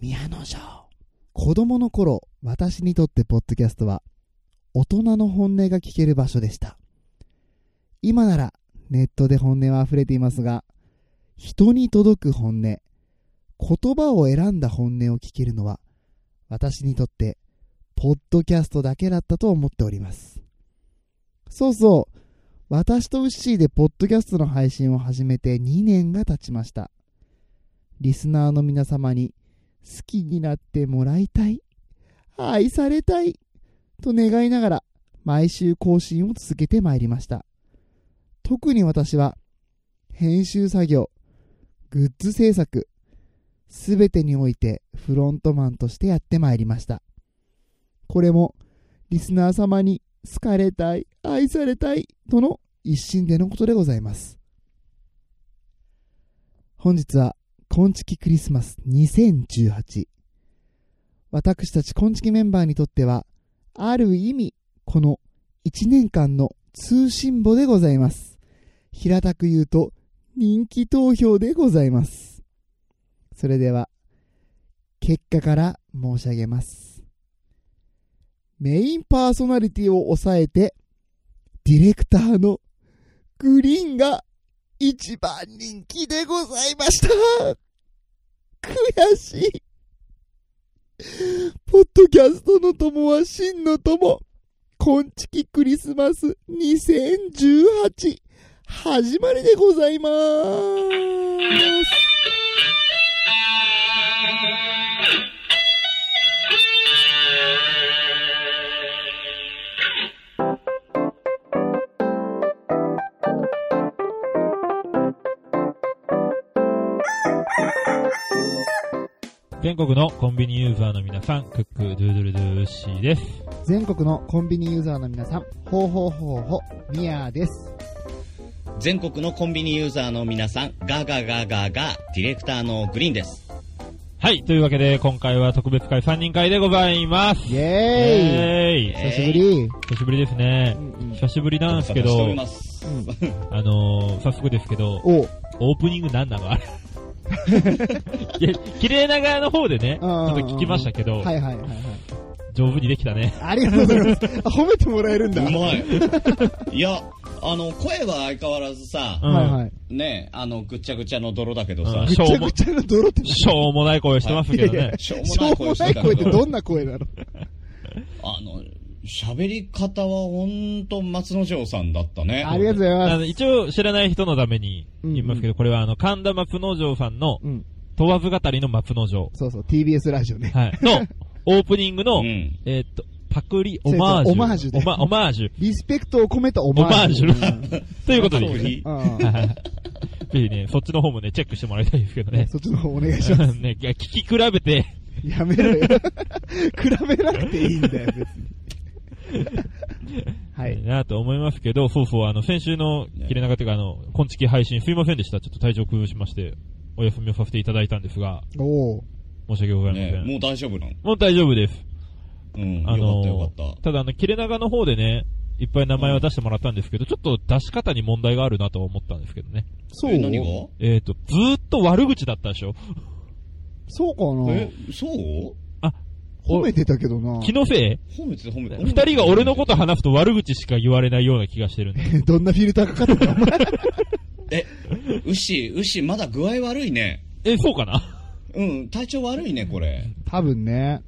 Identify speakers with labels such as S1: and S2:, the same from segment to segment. S1: 宮野城。
S2: 子供の頃、私にとってポッドキャストは、大人の本音が聞ける場所でした。今なら、ネットで本音は溢れていますが、人に届く本音、言葉を選んだ本音を聞けるのは、私にとって、ポッドキャストだけだったと思っております。そうそう、私とウッシーでポッドキャストの配信を始めて2年が経ちました。リスナーの皆様に、好きになってもらいたい、愛されたい、と願いながら、毎週更新を続けてまいりました。特に私は、編集作業、グッズ制作、すべてにおいてフロントマンとしてやってまいりました。これも、リスナー様に好かれたい、愛されたい、との一心でのことでございます。本日は、コンチキクリスマス2018私たちコンチキメンバーにとってはある意味この1年間の通信簿でございます平たく言うと人気投票でございますそれでは結果から申し上げますメインパーソナリティを抑えてディレクターのグリーンが一番人気でございました悔しいポッドキャストの友は真の友こんちきクリスマス2018始まりでございます
S3: 全国のコンビニユーザーの皆さん、クックドゥードゥルドゥーシーです。
S2: 全国のコンビニユーザーの皆さんほうほうほうほミヤーです
S1: 全国のコンビニユーザーの皆さん、ガガガガガ、ディレクターのグリーンです。
S3: はい、というわけで、今回は特別会3人会でございます。
S2: イ
S3: イ
S2: エーイ
S3: イ
S1: ー
S2: 久
S1: イ
S2: しぶり
S3: 久しぶりですね
S2: う。んうん
S3: 久しぶりなんですけ
S1: ご
S3: ど
S1: 無、沙汰しております。
S3: あのー、早速ですけど、
S2: おう
S3: オープニングなん なのあれ。いや、綺麗な側の方でね、ち
S2: うんうん
S3: ょ
S2: うん
S3: っと聞きましたけど、
S2: はいはいはいはい
S3: 上手にできたね。
S2: ありがとうございますあ褒めてもらえるんだ
S1: うまい。 いや、あの、声は相変わらずさ、
S3: うん
S2: はいはい
S1: ね、あの、ぐっちゃぐちゃの泥だけど
S3: う
S1: さ
S3: ん、
S2: ぐちゃぐちゃの泥って
S3: しょうもない声をしてますけど
S2: はいいやい
S3: ね
S2: や。
S1: しょうも
S2: しょ
S1: ないう
S2: も
S1: 声し
S2: な
S1: て
S2: い
S1: た
S2: 声
S1: け
S2: って
S1: ど
S2: ど、んな声なの
S1: あの、喋り方はほんと松之丞さんだったね。
S2: ありがとうござい
S3: あ
S2: ま
S3: の
S2: す。
S3: 一応知らない人のために言いますけど、これはあの、神田松之丞さんの
S2: うん。
S3: 問わず語りの松之丞。
S2: そうそう、TBS ラジオね。
S3: はい。の、オープニングの、
S1: うん。
S3: えーっと、パクリ、オマージ
S2: そうそ
S3: ュ。
S2: うオマージュね
S3: オマオマージュ。
S2: リスペクトを込めたオマージュ。
S3: オマという ことでいいですね。
S2: うん
S3: はいはいぜひね、そっちの方もね、チェックしてもらいたいですけど
S2: うん
S3: ね。
S2: そっちの方お願いします。
S3: ね、いや聞き比べて、
S2: やめろよ。比べなくていいんだよ、別に。は
S3: はいい、。なと思いますけど、そうそう、あの、先週の、切れ長というか、あの、今月配信すいませんでした。ちょっと体調崩しまして、お休みをさせていただいたんですが、
S2: おー
S3: 申し訳ございませ
S1: ね
S3: ん。、
S1: もう大丈夫なの
S3: もう大丈夫です。
S1: うん。よか
S3: あ
S1: ったよ
S3: の
S1: かった
S3: だあの、切れ長の方でね、いっぱい名前は出してもらったんですけど、ちょっと出し方に問題があるなとは思ったんですけどね。
S2: そ
S1: た。え、何が
S2: う
S3: えっ、と、ずーっと悪口だったでしょ
S2: そうか
S1: え
S2: な、
S1: そう
S2: 褒めてたけどな
S3: 気のせい
S1: 褒めてた褒めてた
S3: 二人が俺のこと話すと悪口しか言われないような気がしてるんで。
S2: どんなフィルターかかってたお 前
S1: え、うっしー、うっしー、まだ具合悪いね。
S3: え、そうかな
S1: うん、体調悪いね、これ。
S2: 多分ね。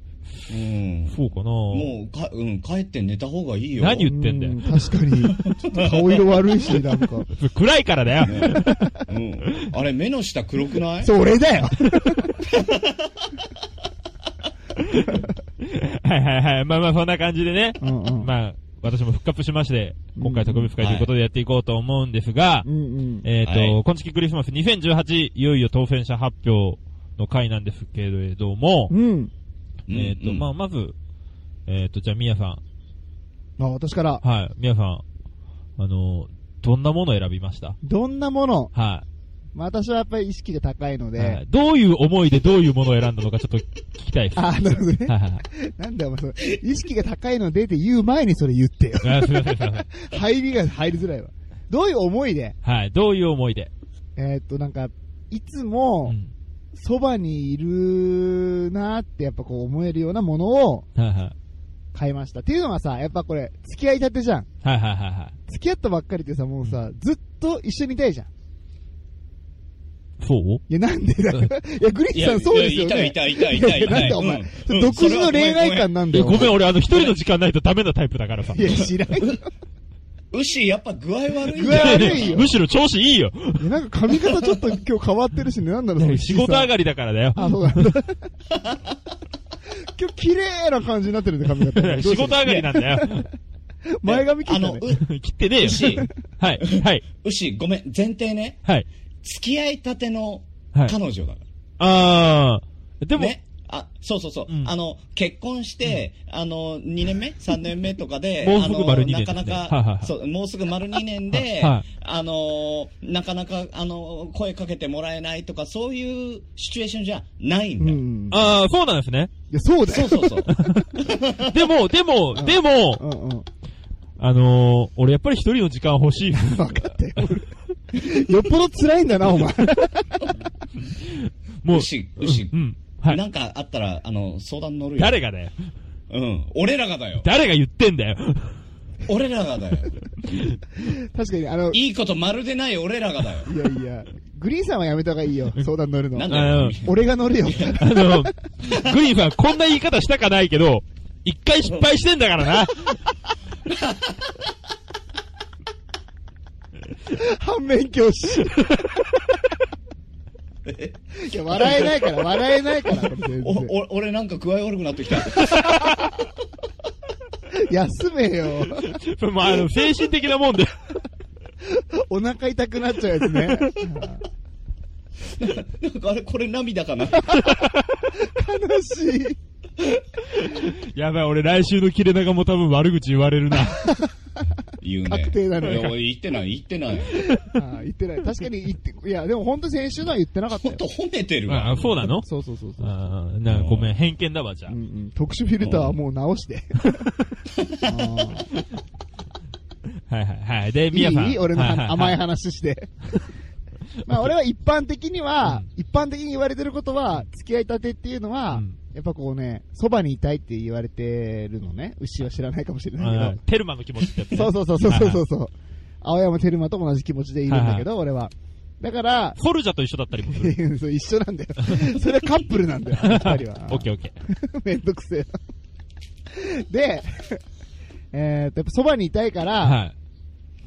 S1: うん。
S3: そうかな
S1: もう、か、うん、帰って寝た方がいいよ。
S3: 何言ってんだよ
S2: う確かに。ちょっと顔色悪いし、なん か。
S3: 暗いからだよ。
S1: うん。あれ、目の下黒くない
S2: それだよ
S3: はいはいはい。まあまあそんな感じでね。
S2: うんうん。
S3: まあ、私も復活しまして、今回特別会ということでやっていこうと思うんですが、
S2: うんうん。
S3: えっ、ー、と、
S1: はい
S3: 今月クリスマス2018、いよいよ当選者発表の回なんですけれども、
S2: うん。
S1: うん
S3: えっ、ー、と、
S1: うん
S3: まあまず、えっ、ー、と、じゃあみやさ
S2: あ、私から
S3: ん。。はい、みやさん。あの、どんなものを選びました
S2: どんなもの
S3: はい。
S2: まあ私はやっぱり意識が高いの
S3: はい
S2: で。
S3: どういう思いでどういうものを選んだのかちょっと聞きたいです。
S2: あ、なるほどね。
S3: はいはいはい
S2: なんだよ、お前それ。意識が高いのでって言う前にそれ言ってよ。
S3: あすいません、すいません。
S2: 入りが入りづらいわ。どういう思いで
S3: はい、どういう思いで。
S2: えーっと、なんか、いつ
S3: う
S2: も、
S3: ん。
S2: そばにいるなーってやっぱこう思えるようなものを
S3: はいはい。
S2: 買いました。っていうのはさ、やっぱこれ、付き合いたてじゃん。
S3: はいはいはいは
S2: 付き合ったばっかりってさ、もうさ、ずっと一緒にいたいじゃん。い
S3: い。そう
S2: や、なんで だいや、グリッツさんそうですよね。
S1: いやいたいたいたいたいた。
S2: なんだお前、
S1: うん
S2: 独自の恋愛。
S1: うん
S2: 観なんだ
S3: え、
S2: よ。
S3: ごめん、俺、あの、一人の時間ないとダメなタイプだからさ。
S2: いや、知らんよ。
S1: ウッシーやっぱ具合悪いん
S2: 具合
S1: だよ
S2: 悪いよ
S3: むしろ調子いいよ。
S2: いやなんか髪型ちょっと今日変わってるしね、なんだろう、その
S3: 仕事上
S2: が
S3: がりだからだよ。
S2: あ、そうなんだ。今日綺麗な感じになってるね、髪型。どうし
S3: 仕
S2: た
S3: 事上がりなんだよ。
S2: 前髪切っ
S1: あ
S2: た
S1: の、
S2: ね
S1: う。ウ
S3: 切ってねえよ
S1: ッ。シー、
S3: はい、はい、
S1: ウッシー、ごめん、前提ね。
S3: はい。
S1: 付き合いたての
S3: はい
S1: 彼女だから。
S3: あー。でも、
S1: ね。あ、そうそうそう。
S3: うん
S1: あの、結婚して、あの、2年目 ?3 年目とかで、
S3: もうすぐ丸二年
S1: あのな
S3: ですねは
S1: かな
S3: いはいは
S1: か
S3: い、
S1: そう、もうすぐ丸2年で、
S3: は
S1: あの、なかなか、あの、声かけてもらえないとか、そういうシチュエーションじゃないん
S2: う
S1: だよ。
S2: ん。い
S3: あー、そうなんですね。
S2: や、そうだ
S1: そう
S2: よ。
S1: そうそう。
S3: でも、でも、で
S2: うんう
S3: も、
S2: ん。
S3: あのー、俺やっぱり一人の時間 欲しい。
S2: 分かったよ。 よっぽど辛いんだな、お前。
S3: もう、
S1: 牛牛
S3: うん。 は。
S1: ないんかあったら、あの、相談乗るよ。
S3: 誰がだよ。
S1: うん。俺らがだよ。
S3: 誰が言ってんだよ。
S1: 俺らがだ よ。
S2: 確かに、あの、い
S1: いいことまるでない俺らがだよ。
S2: やいや、グリーンさんはやめた方がいいよ、相談乗る
S1: なん
S2: の。
S1: だよ。
S2: 俺が乗るよ。
S3: あの、グリーンさん、こんな言い方したかないけど、一回失敗してんだからな。
S2: 反面教師。いや、笑えないから、笑えないから、これ全
S1: お
S2: 然。
S1: お俺なんか具合悪くなってきた。
S2: 休めよ。
S3: それもうあの、精神的なもんで。
S2: お腹痛くなっちゃうやつね。
S1: なんかあれ、これ涙かな。
S2: 悲しい。
S3: やばい、俺来週の切れ長も多分悪口言われるな。
S1: 言うね。
S2: 確定だね
S1: いや、俺言ってない、言ってない。
S2: あー言ってない。確かに言って、いや、でも本当先週のは言ってなかった
S1: ほ
S2: よ
S1: ん。と褒めて る
S3: あ
S1: わ。
S3: そうなの
S2: そうそうそうそう。
S3: あーなんかごめん、偏見だわ、じゃあ
S2: うん。うん、特殊フィルターはもう直 して。あ
S3: はいはいはい。で、
S2: ー
S3: みやさん。
S2: いい俺の
S3: はは
S2: は
S3: は
S2: 甘い。話 して。まあ俺は一般的には、
S3: う
S2: 一般的に言われてることは、付き合いたてっていうのは、
S3: うん
S2: やっぱこうね、そばにいたいって言われてるのね。牛は知らないかもしれ
S3: はい
S2: な
S3: はいいテルマの気持ちってやつ
S2: け
S3: ね。
S2: ど。そうそうそうそうそう そう。青山テルマと同じ気持ちでいるんだけど、俺は。だから、
S3: フォルジャと一緒だったりもする。。
S2: そう一緒なんだよ。それはカップルなんだよ、二人は
S3: オッケーオッケ ー。
S2: めんどくせえな。で、 えーっと、やっぱそばにいたいから、
S3: はい。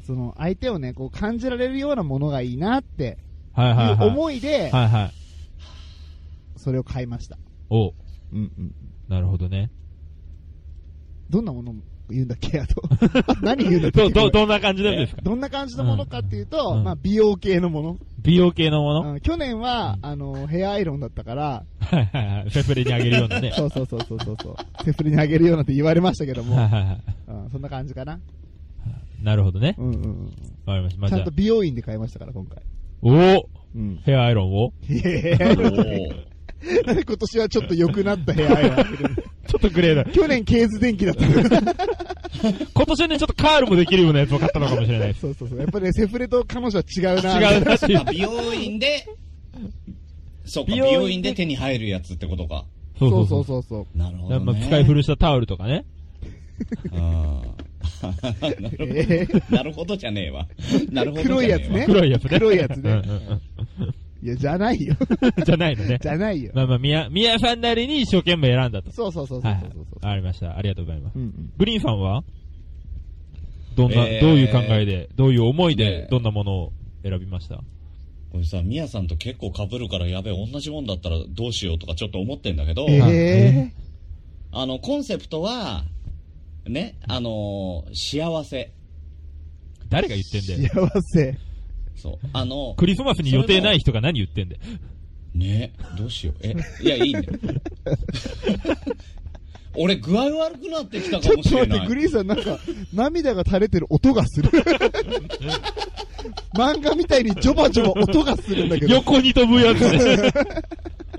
S2: その相手をね、こう感じられるようなものがいいなって
S3: は
S2: い
S3: いはいうはい。
S2: 思いで、
S3: はいはい。
S2: それを買いました。
S3: おう
S2: うんうん。
S3: なるほどね。
S2: どんなもの言うんだっけ あと。 何言うんだっけ
S3: ど、ど、どんな感じなんですか
S2: どんな感じのものかっていうと、
S3: うん
S2: まあ美容系のもの。
S3: 美容系のもの
S2: うん去年は、あの、ヘアアイロンだったから、
S3: はいはいはい。フェフレにあげるようなね。
S2: そうそうそうそうそうそう。セフレにあげるようなって言われましたけど
S3: はい
S2: も、
S3: はいはい。
S2: うん、そんな感じかな。
S3: なるほどね。
S2: うんうんうん。
S3: わかりました。まあ
S2: ちゃ
S3: じゃ
S2: ん
S3: あ
S2: と。美容院で買いましたから、今 回。
S3: おー
S2: うん。
S3: ヘアアイロンを
S2: へ
S1: お
S2: え。
S1: ー
S2: なんで 今年はちょっと良くなった部屋やってる
S3: ちょっとグレーだ。
S2: 去年、ケーズ電気だったから。
S3: 今年はね、ちょっとカールもできるようなやつを買ったのかもしれないです。
S2: そうそうそう。やっぱりね、セフレと彼女は違うな。
S3: 違うなってい
S1: まあ
S3: う。
S1: 美容院で、そうか、
S3: 美
S1: 美
S3: 容院で
S1: 容院で手に入るやつってことか。
S3: そ
S2: そうそうそうそう。
S1: なるほ
S3: ま
S1: ど、
S3: あ
S1: ね。
S3: 使い古したタオルとかね。
S1: あー なる
S2: え
S1: ほどなる ほどじゃねえわ。なるほどじゃねえわ。
S2: 黒いやつね
S3: 黒いやつね。
S2: 黒いやつね
S3: うんうん
S2: いや、じゃない よ。
S3: うんじゃないのね
S2: じ。ゃないよ。
S3: まあまあ、みや、みやさんなりに一生懸命選んだと。
S2: そうそうそうそ
S3: は
S2: う
S3: いはい。
S2: そうそう
S3: わかりました。ありがとうございます
S2: う。んうん。
S3: グリーンさんはどんな、
S1: えー
S3: どういう考えで、どういう思いで
S1: ね、
S3: どんなものを選びました
S1: これさ、ミヤさんと結構被るからやべえ、同じもんだったらどうしようとかちょっと思ってんだけど、
S2: え
S1: あの、コンセプトは、ね、あのー幸せ。
S3: 誰が言ってんだ
S2: ー
S3: よ。
S2: 幸せ。
S1: そう。あの、
S3: クリスマスに予定ない人が何言ってんだよ。
S1: ねどうしよう。え、いや、いいね。 俺、具合悪くなってきた
S2: ち
S1: か
S2: ょ
S1: も
S2: っと
S1: しれ
S2: 待っ
S1: な
S2: て、
S1: い。
S2: グリーンさんなんか、涙が垂れてる音が する。漫画みたいにジョバジョバ音がするんだけど。
S3: 横に飛ぶやつね。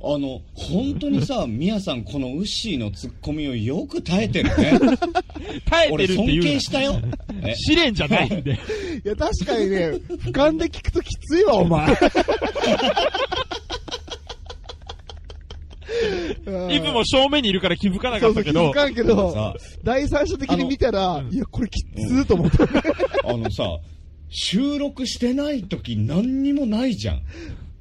S1: あの、本当にさ、ミヤさん、このウッシーのツッコミをよく耐えてる ね。
S3: 耐え
S1: 俺、
S3: てるって
S1: 尊
S3: いう
S1: 敬
S3: な
S1: したよ。え
S3: 試練じゃないんで。
S2: いや、確か にね、俯瞰で聞くときついわ、お前。うん
S3: イブも正面にいるから気づかな
S2: そ
S3: かっ
S2: うそう、気
S3: たけど
S2: づ、かんけど、
S1: さ、
S2: 第三者的に見たら
S3: あ、の
S2: いや、これきっつーと思った。
S1: あのさ、収録してない時何にもないじゃん。
S3: はい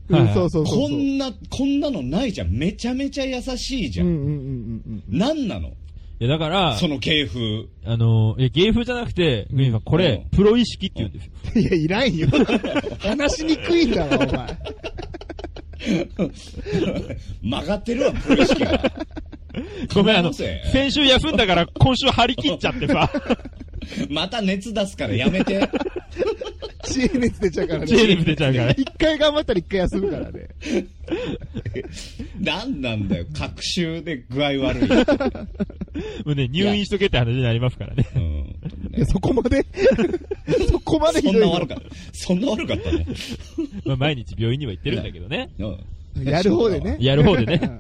S2: うんそうそうそうそう。
S1: こんな、こんなのないじゃん。めちゃめちゃ優しいじゃ
S2: うん
S1: ん。
S2: うんうんうんうん。
S1: なんなの
S3: いやだから、
S1: その系風。
S3: あの、いや、芸風じゃなくて、グリーンさん、これ
S1: うん、
S3: プロ意識って言うんですよ。
S2: いや、いらん よ。話しにくいんだわ、お前。
S1: 曲がってるわ、プロ意識が。
S3: ごめん、あの、
S1: 頼むぜ
S3: 先週休んだから今週張り切っちゃってさ、
S1: また熱出すからやめ て。
S2: 知恵熱出ちゃうからね。
S3: ジェリー出ちゃうから。
S2: 一回頑張ったら一回休むからね。
S1: なんなんだよ、隔週で具合悪 い。
S3: もうね、入院しとけって話になりますからね。
S1: うん
S2: いや、そこま でそこまでひ
S1: そ
S2: どい
S1: んな
S2: の
S1: 悪かった。そんな悪かったね。
S3: まあ、毎日病院には行ってるんだけどね。
S1: うん
S2: やる方でね。
S3: やる方でね。
S1: う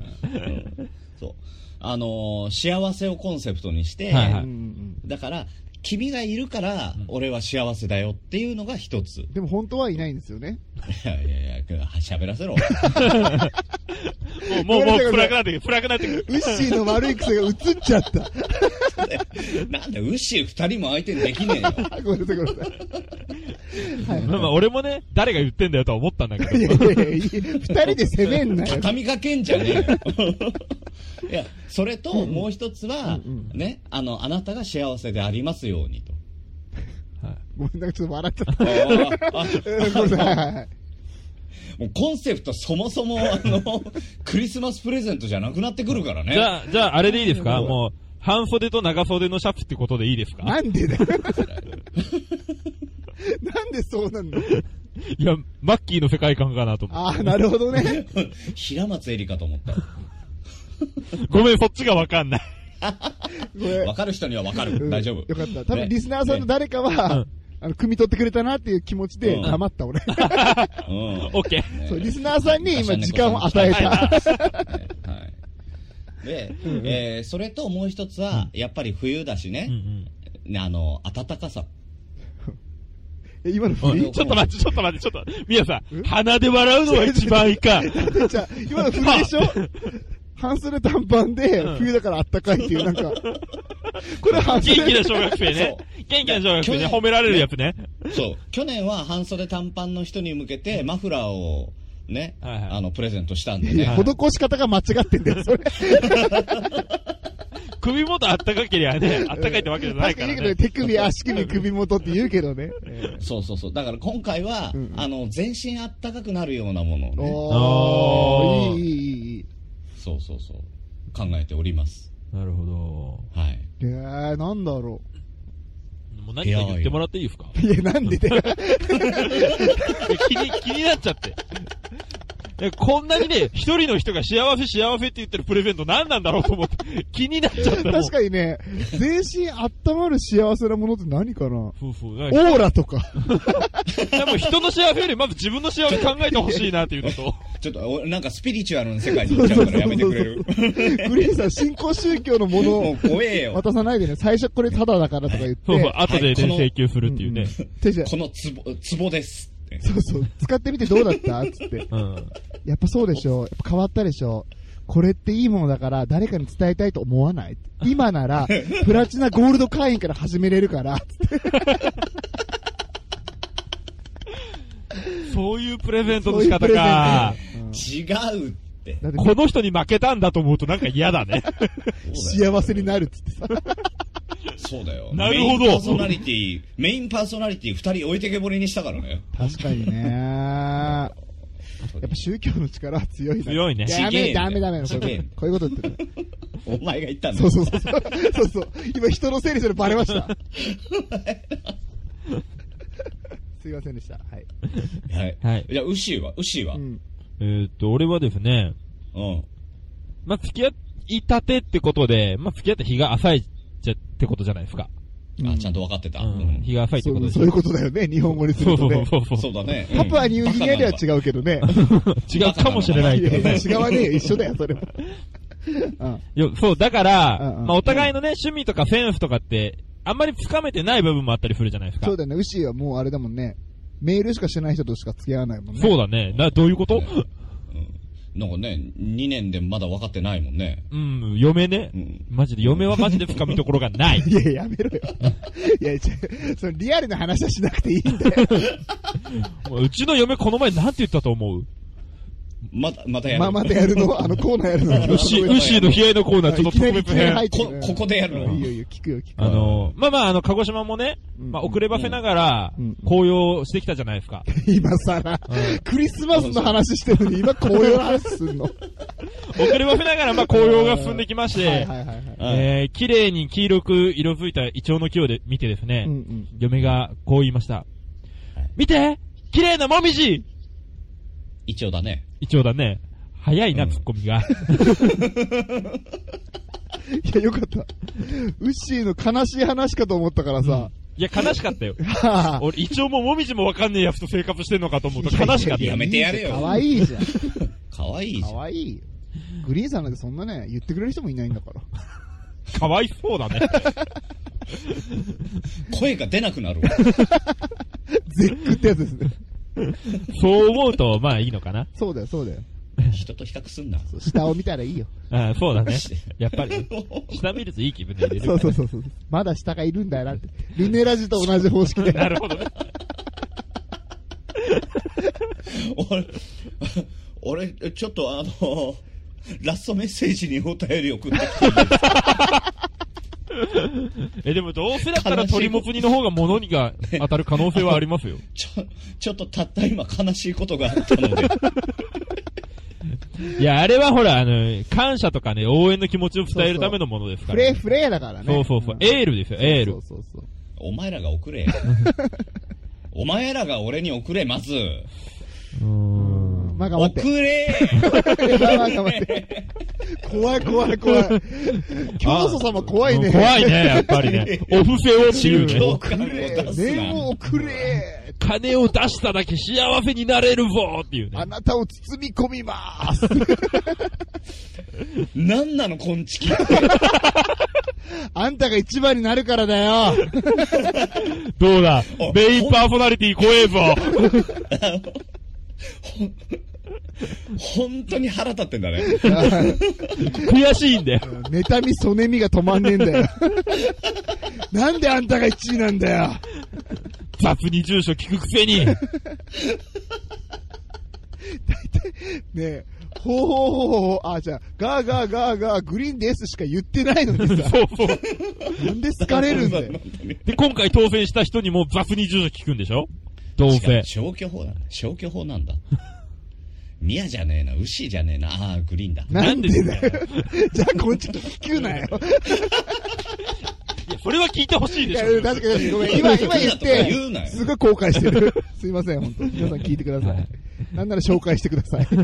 S1: んそう。あのー幸せをコンセプトにして、
S3: はいは
S2: う
S3: い
S2: んうん
S1: だから、君がいるから、俺は幸せだよっていうのが一つ。い
S2: でも本当はいないんですよね。
S1: やいやいや、喋ら せろ。
S3: もう、もう、も
S2: ご
S3: う
S2: めんなさい
S3: 暗くなってくる、暗くなってくる。
S2: ウッシーの悪い癖が映っちゃった。
S1: なんだよ、ウッシー二人も相手にできねえよ。
S2: あごめんなさい、ごめんなさ
S3: まあまあ、俺もね、誰が言ってんだよとは思ったんだけ
S2: い。い
S3: ど。
S2: やいやいやいい、二人で攻めんなよ。
S1: 畳みかけんじゃねえよ。 いや、それともう一つは、
S2: うんう
S1: ね、あの、あなたが幸せでありますようにと。
S2: ごめん、なんかちょっと笑っちゃった。
S1: ああ
S2: うんごめんなさい、はいはいはい。
S1: もうコンセプトそもそも、あの、クリスマスプレゼントじゃなくなってくるからね。
S3: じゃあ、じゃあ、あれでいいですかもう、半袖と長袖のシャツってことでいいですか
S2: なんでだよ。なんでそうなんだ
S3: いや、マッキーの世界観かなと思っ
S2: ああ、なるほどね。
S1: 平松絵里かと思った。
S3: て。ごめん、そっちがわかんない。
S2: これ
S1: わかる人にはわか
S2: う
S1: る。
S2: ん
S1: 大丈夫。
S2: よかった。多
S1: ね
S2: 分リスナーさんの誰かは、
S3: うん
S2: あの、汲み取ってくれたなっていう気持ちで
S1: うん
S2: 黙った、俺。
S1: う
S3: オ
S1: ん。
S3: ッケー。
S2: そう、リスナーさんに今時間を与え
S1: は
S2: た。
S1: い はい。で、えーそれともう一つは、やっぱり冬だし
S3: うんう
S1: ね、
S3: ん
S1: ねあの、暖かさ。
S2: え今の
S3: お
S2: 振
S3: い
S2: り
S3: ちょっと待って、ちょっと待って、ちょっと。みやさん、鼻で笑うのが一番いい か。
S2: じゃあ今の振りで しょ半袖短パンで
S3: うん、
S2: 冬だからあったかいっていう、なんか、これ半
S3: 元気
S2: 袖、
S3: な小学生ね
S1: そ。
S3: 元気な小学生ね。
S1: 去年
S3: 褒められるやつね。
S1: そう。去年は半袖短パンの人に向けて、マフラーを、ね、
S3: はいはい
S1: あの、プレゼントしたんで
S2: い
S1: ね。
S2: や、施し方が間違ってんだよ、それ。
S3: 首元あったかけりゃね、あったかいってわけじゃないから
S2: 確に言
S3: ね
S2: うけど。手首、足首、首元って言うけどね。
S1: そうそうそう。だから今回は、
S2: うんうん
S1: あの、全身あったかくなるようなものをね、
S2: お
S3: お
S2: ー、
S3: ー
S2: いい、いい、いい。
S1: そうそうそう。考えております。
S3: なるほど。も
S1: はい。
S2: えー、なんだろ
S3: う何か言ってもらっていいですか
S2: う。いや、なんで だよ。
S3: 気に、気になっちゃって。えこんなにね、一人の人が幸せ幸せって言ってるプレゼント何なんだろうと思って、気になっちゃったもう
S2: 確かにね、全身温まる幸せなものって何かな
S3: そうそう。だ
S2: オ
S3: から
S2: ーラとか。
S3: 多分人の幸せよりまず自分の幸せ考えてほしいなっていうのと。
S1: ちょっと、おなんかスピリチュアルな世界に行っちゃうからやめてくれる
S2: そう。グリーンさん、新興宗教のもの
S1: も
S2: を
S1: う怖えよ。
S2: 渡さないでね、最初これタダだからとか言って、
S3: そうそう、後
S1: は
S3: で
S1: いこ
S3: ね
S1: の
S3: 請求するっていうね。
S2: 手じゃ
S1: このツボ、ツボですって。
S2: そうそう、使ってみてどうだったつって。
S3: うん。
S2: やっぱそうでしょ。やっぱ変わったでしょ。これっていいものだから、誰かに伝えたいと思わない。今なら、プラチナゴールド会員から始めれるから、つって
S3: そういうプレゼン
S2: そ
S3: トの
S2: ういう
S3: 仕
S2: プ
S3: 方
S2: レゼント
S3: か。
S2: うん
S1: 違うって。
S2: だって
S3: この人に負けたんだと思うとなんか嫌だね。
S2: 幸せになるっつってさ。
S1: そうだよ。
S3: なるほど
S1: メインパーソナリティ、メインパーソナリティ二人置いてけぼりにしたからね。
S2: 確かにね。やっぱ宗教の力は強いな。
S3: 強いね
S2: やめ、ダメダメ。こ
S1: ち
S2: う
S1: げ
S2: い
S1: え
S2: うん
S1: だよ
S2: ことこういうこと言ってる。
S1: お前が言ったんだ
S2: そうそうそうそう。そうそう。今人のせいにするのバレました。すいませんでした。はい。
S1: はい。
S3: はい
S1: じゃあ、ウッシーは、ウッシーは。
S2: う
S1: うん。
S2: ん。
S3: えーっと、俺はですね、まあ、付き合いたてってことで、まあ、付き合って日が浅いじゃってことじゃないですか。
S1: あ、ちゃんと分かってた。
S3: う。
S1: うんん
S3: 日が浅いって
S2: そ
S3: こと
S2: う
S3: でし
S2: そ
S3: ょ
S2: ういうことだよね。日本語にす
S3: そ
S2: る
S3: う
S2: と
S3: そう
S2: ね。
S3: そう
S1: そ
S3: そうう。
S1: だね。
S2: パプアニューギニアでは
S1: う
S2: 違
S1: ん。
S2: うけどね。
S3: 違うかもしれない
S2: い
S3: けど
S2: や
S3: ね。
S2: いや違わねえよ。一緒だよ、それ は。うん。
S3: いやそう、だから、
S2: うんうん
S3: まあ、お互いのね、趣味とかセンスとかって、あんまり深めてない部分もあったりするじゃないですか。
S2: そうだよね。ウシーはもうあれだもんね。メールしかしてない人としか付き合わないもんね。
S3: そうだね。な、どういうこと
S1: うんなんかね、2年でまだ分かってないもんね。
S3: うん、嫁ね
S1: う。ん。
S3: マジで嫁はマジで深みところがない。
S2: いや、やめろよ。いや、ちょそのリアルな話はしなくていいんだよ。
S3: もううちの嫁この前なんて言ったと思う
S1: また、またやる。
S2: まあ、またやるの、あのコーナーやるの。
S3: 牛、牛の悲哀のコーナーちょっと特別編。
S2: はい
S1: こ、ここでや
S2: う
S1: る
S2: んいいよ
S1: の。
S2: いいよ、聞くよ、聞く
S3: あ
S2: よ。
S3: の、まあまあ、あの、鹿児島もね、
S2: うん
S3: まあ、遅ればせながら
S2: うん、
S3: 紅葉してきたじゃないですか。
S2: 今さら、クリスマスの話してるのに、今紅葉の話すんの。
S3: 遅ればせながら、まあ、紅葉が進んできまし
S2: はい
S3: て、
S2: はいはいはい。
S1: うん
S3: えー、綺麗に黄色く色づいたイチョウの木をで見てですね、
S2: うんうん。
S3: 嫁がこう言いました。
S1: い
S3: 見て綺麗なもみじ
S1: 一応だね。
S3: イチョウだね。早いな、
S1: うん
S3: ツッコミが。
S2: いや、よかった。ウッシーの悲しい話かと思ったからさ。
S3: いや、悲しかったよ。
S2: はぁ
S3: 俺、イチョウももみじもわかんねえやつと生活してんのかと思うと 悲しかった
S1: や
S3: よ。
S1: めてやれよ
S2: かわいいじゃん。
S1: かわいいじゃ
S2: か
S1: ん。
S2: わいいよ。グリーンさんなんてそんなね、言ってくれる人もいないんだから。
S3: かわいそうだね。
S1: 声が出なくなるわ。
S2: 絶句ってやつですね。
S3: そう思うと、まあいいのかな。
S2: そうだよ、そうだよ。
S1: 人と比較すんな。
S2: そう下を見たらい いよ。
S3: ああそうだね。やっぱり。下見るといい気分 で入れるか
S2: そ
S3: ら
S2: うそうそうそう。まだ下がいるんだよなって。ルネラジと同じ方式で。
S3: なるほどね。
S1: 俺、俺、ちょっとあの、ラストメッセージにお便り送ってきて。
S3: え、でもどうせだったら
S1: 悲しい
S3: 鳥もつ煮の方が物にが当たる可能性はありますよ。
S1: ちょ、ちょっとたった今悲しいことがあったので。
S3: いや、あれはほら、あの、感謝とかね、応援の気持ちを伝えるためのものですか
S2: フ
S3: ら
S2: レ
S3: ね。
S2: ーフレーだからね。
S3: そうそうそう。
S2: ん
S3: エールですよ、エール
S2: そう。そうそう。
S1: お前らが 送れ。お前らが俺に送れ、まず。
S2: まあ頑張っ
S1: 送
S2: て。
S1: れ
S2: まあまあ頑張って。怖い怖い怖い。 教祖様怖いね。
S3: 怖い ね、やっぱりね。オフセオっていう
S1: 教
S3: ね。
S1: 官を出す
S2: 念
S1: な。
S2: を送れ
S3: 金を出しただけ幸せになれるぞっていう
S2: あ
S3: ね。
S2: なたを包み込みまーす
S1: なんなの、こんちき。
S2: あんたが一番になるからだ よ
S3: どうだ
S1: お
S3: メインパーソナリティ怖えぞ
S1: 本当に腹立ってんだね。
S3: 悔しいんだよ。
S2: 妬み、そねみが止まんねえんだ よ。なんであんたが1位なんだよ。
S3: 雑に住所聞くくせ に。
S2: ねえ、ほうほうほうほう、あ、じゃあ、ガーガーガーガー、グリーンですしか言ってないのにさ、
S3: そうそう。
S2: なんで好かれるんだよ。
S3: で、今回当選した人にも雑に住所聞くんでしょどう
S1: しかも
S3: せ。
S1: 消去法だ。消去法なんだ。宮じゃねえな、牛じゃねえな、ああ、グリーンだ。
S2: なんでだ
S3: なんで
S2: よ。じゃあ、こっち聞くなよ。
S3: いや、それは聞いてほしい
S2: い
S3: でし
S2: や、
S3: ょ。
S2: 確かに確かに、ごめん、今、今言っ
S1: そんなこと言うな
S2: て、
S1: よ
S2: すごい後悔してる。すいません、本当皆さん聞いてくださ
S3: はい
S2: い。なんなら紹介してください。
S3: うん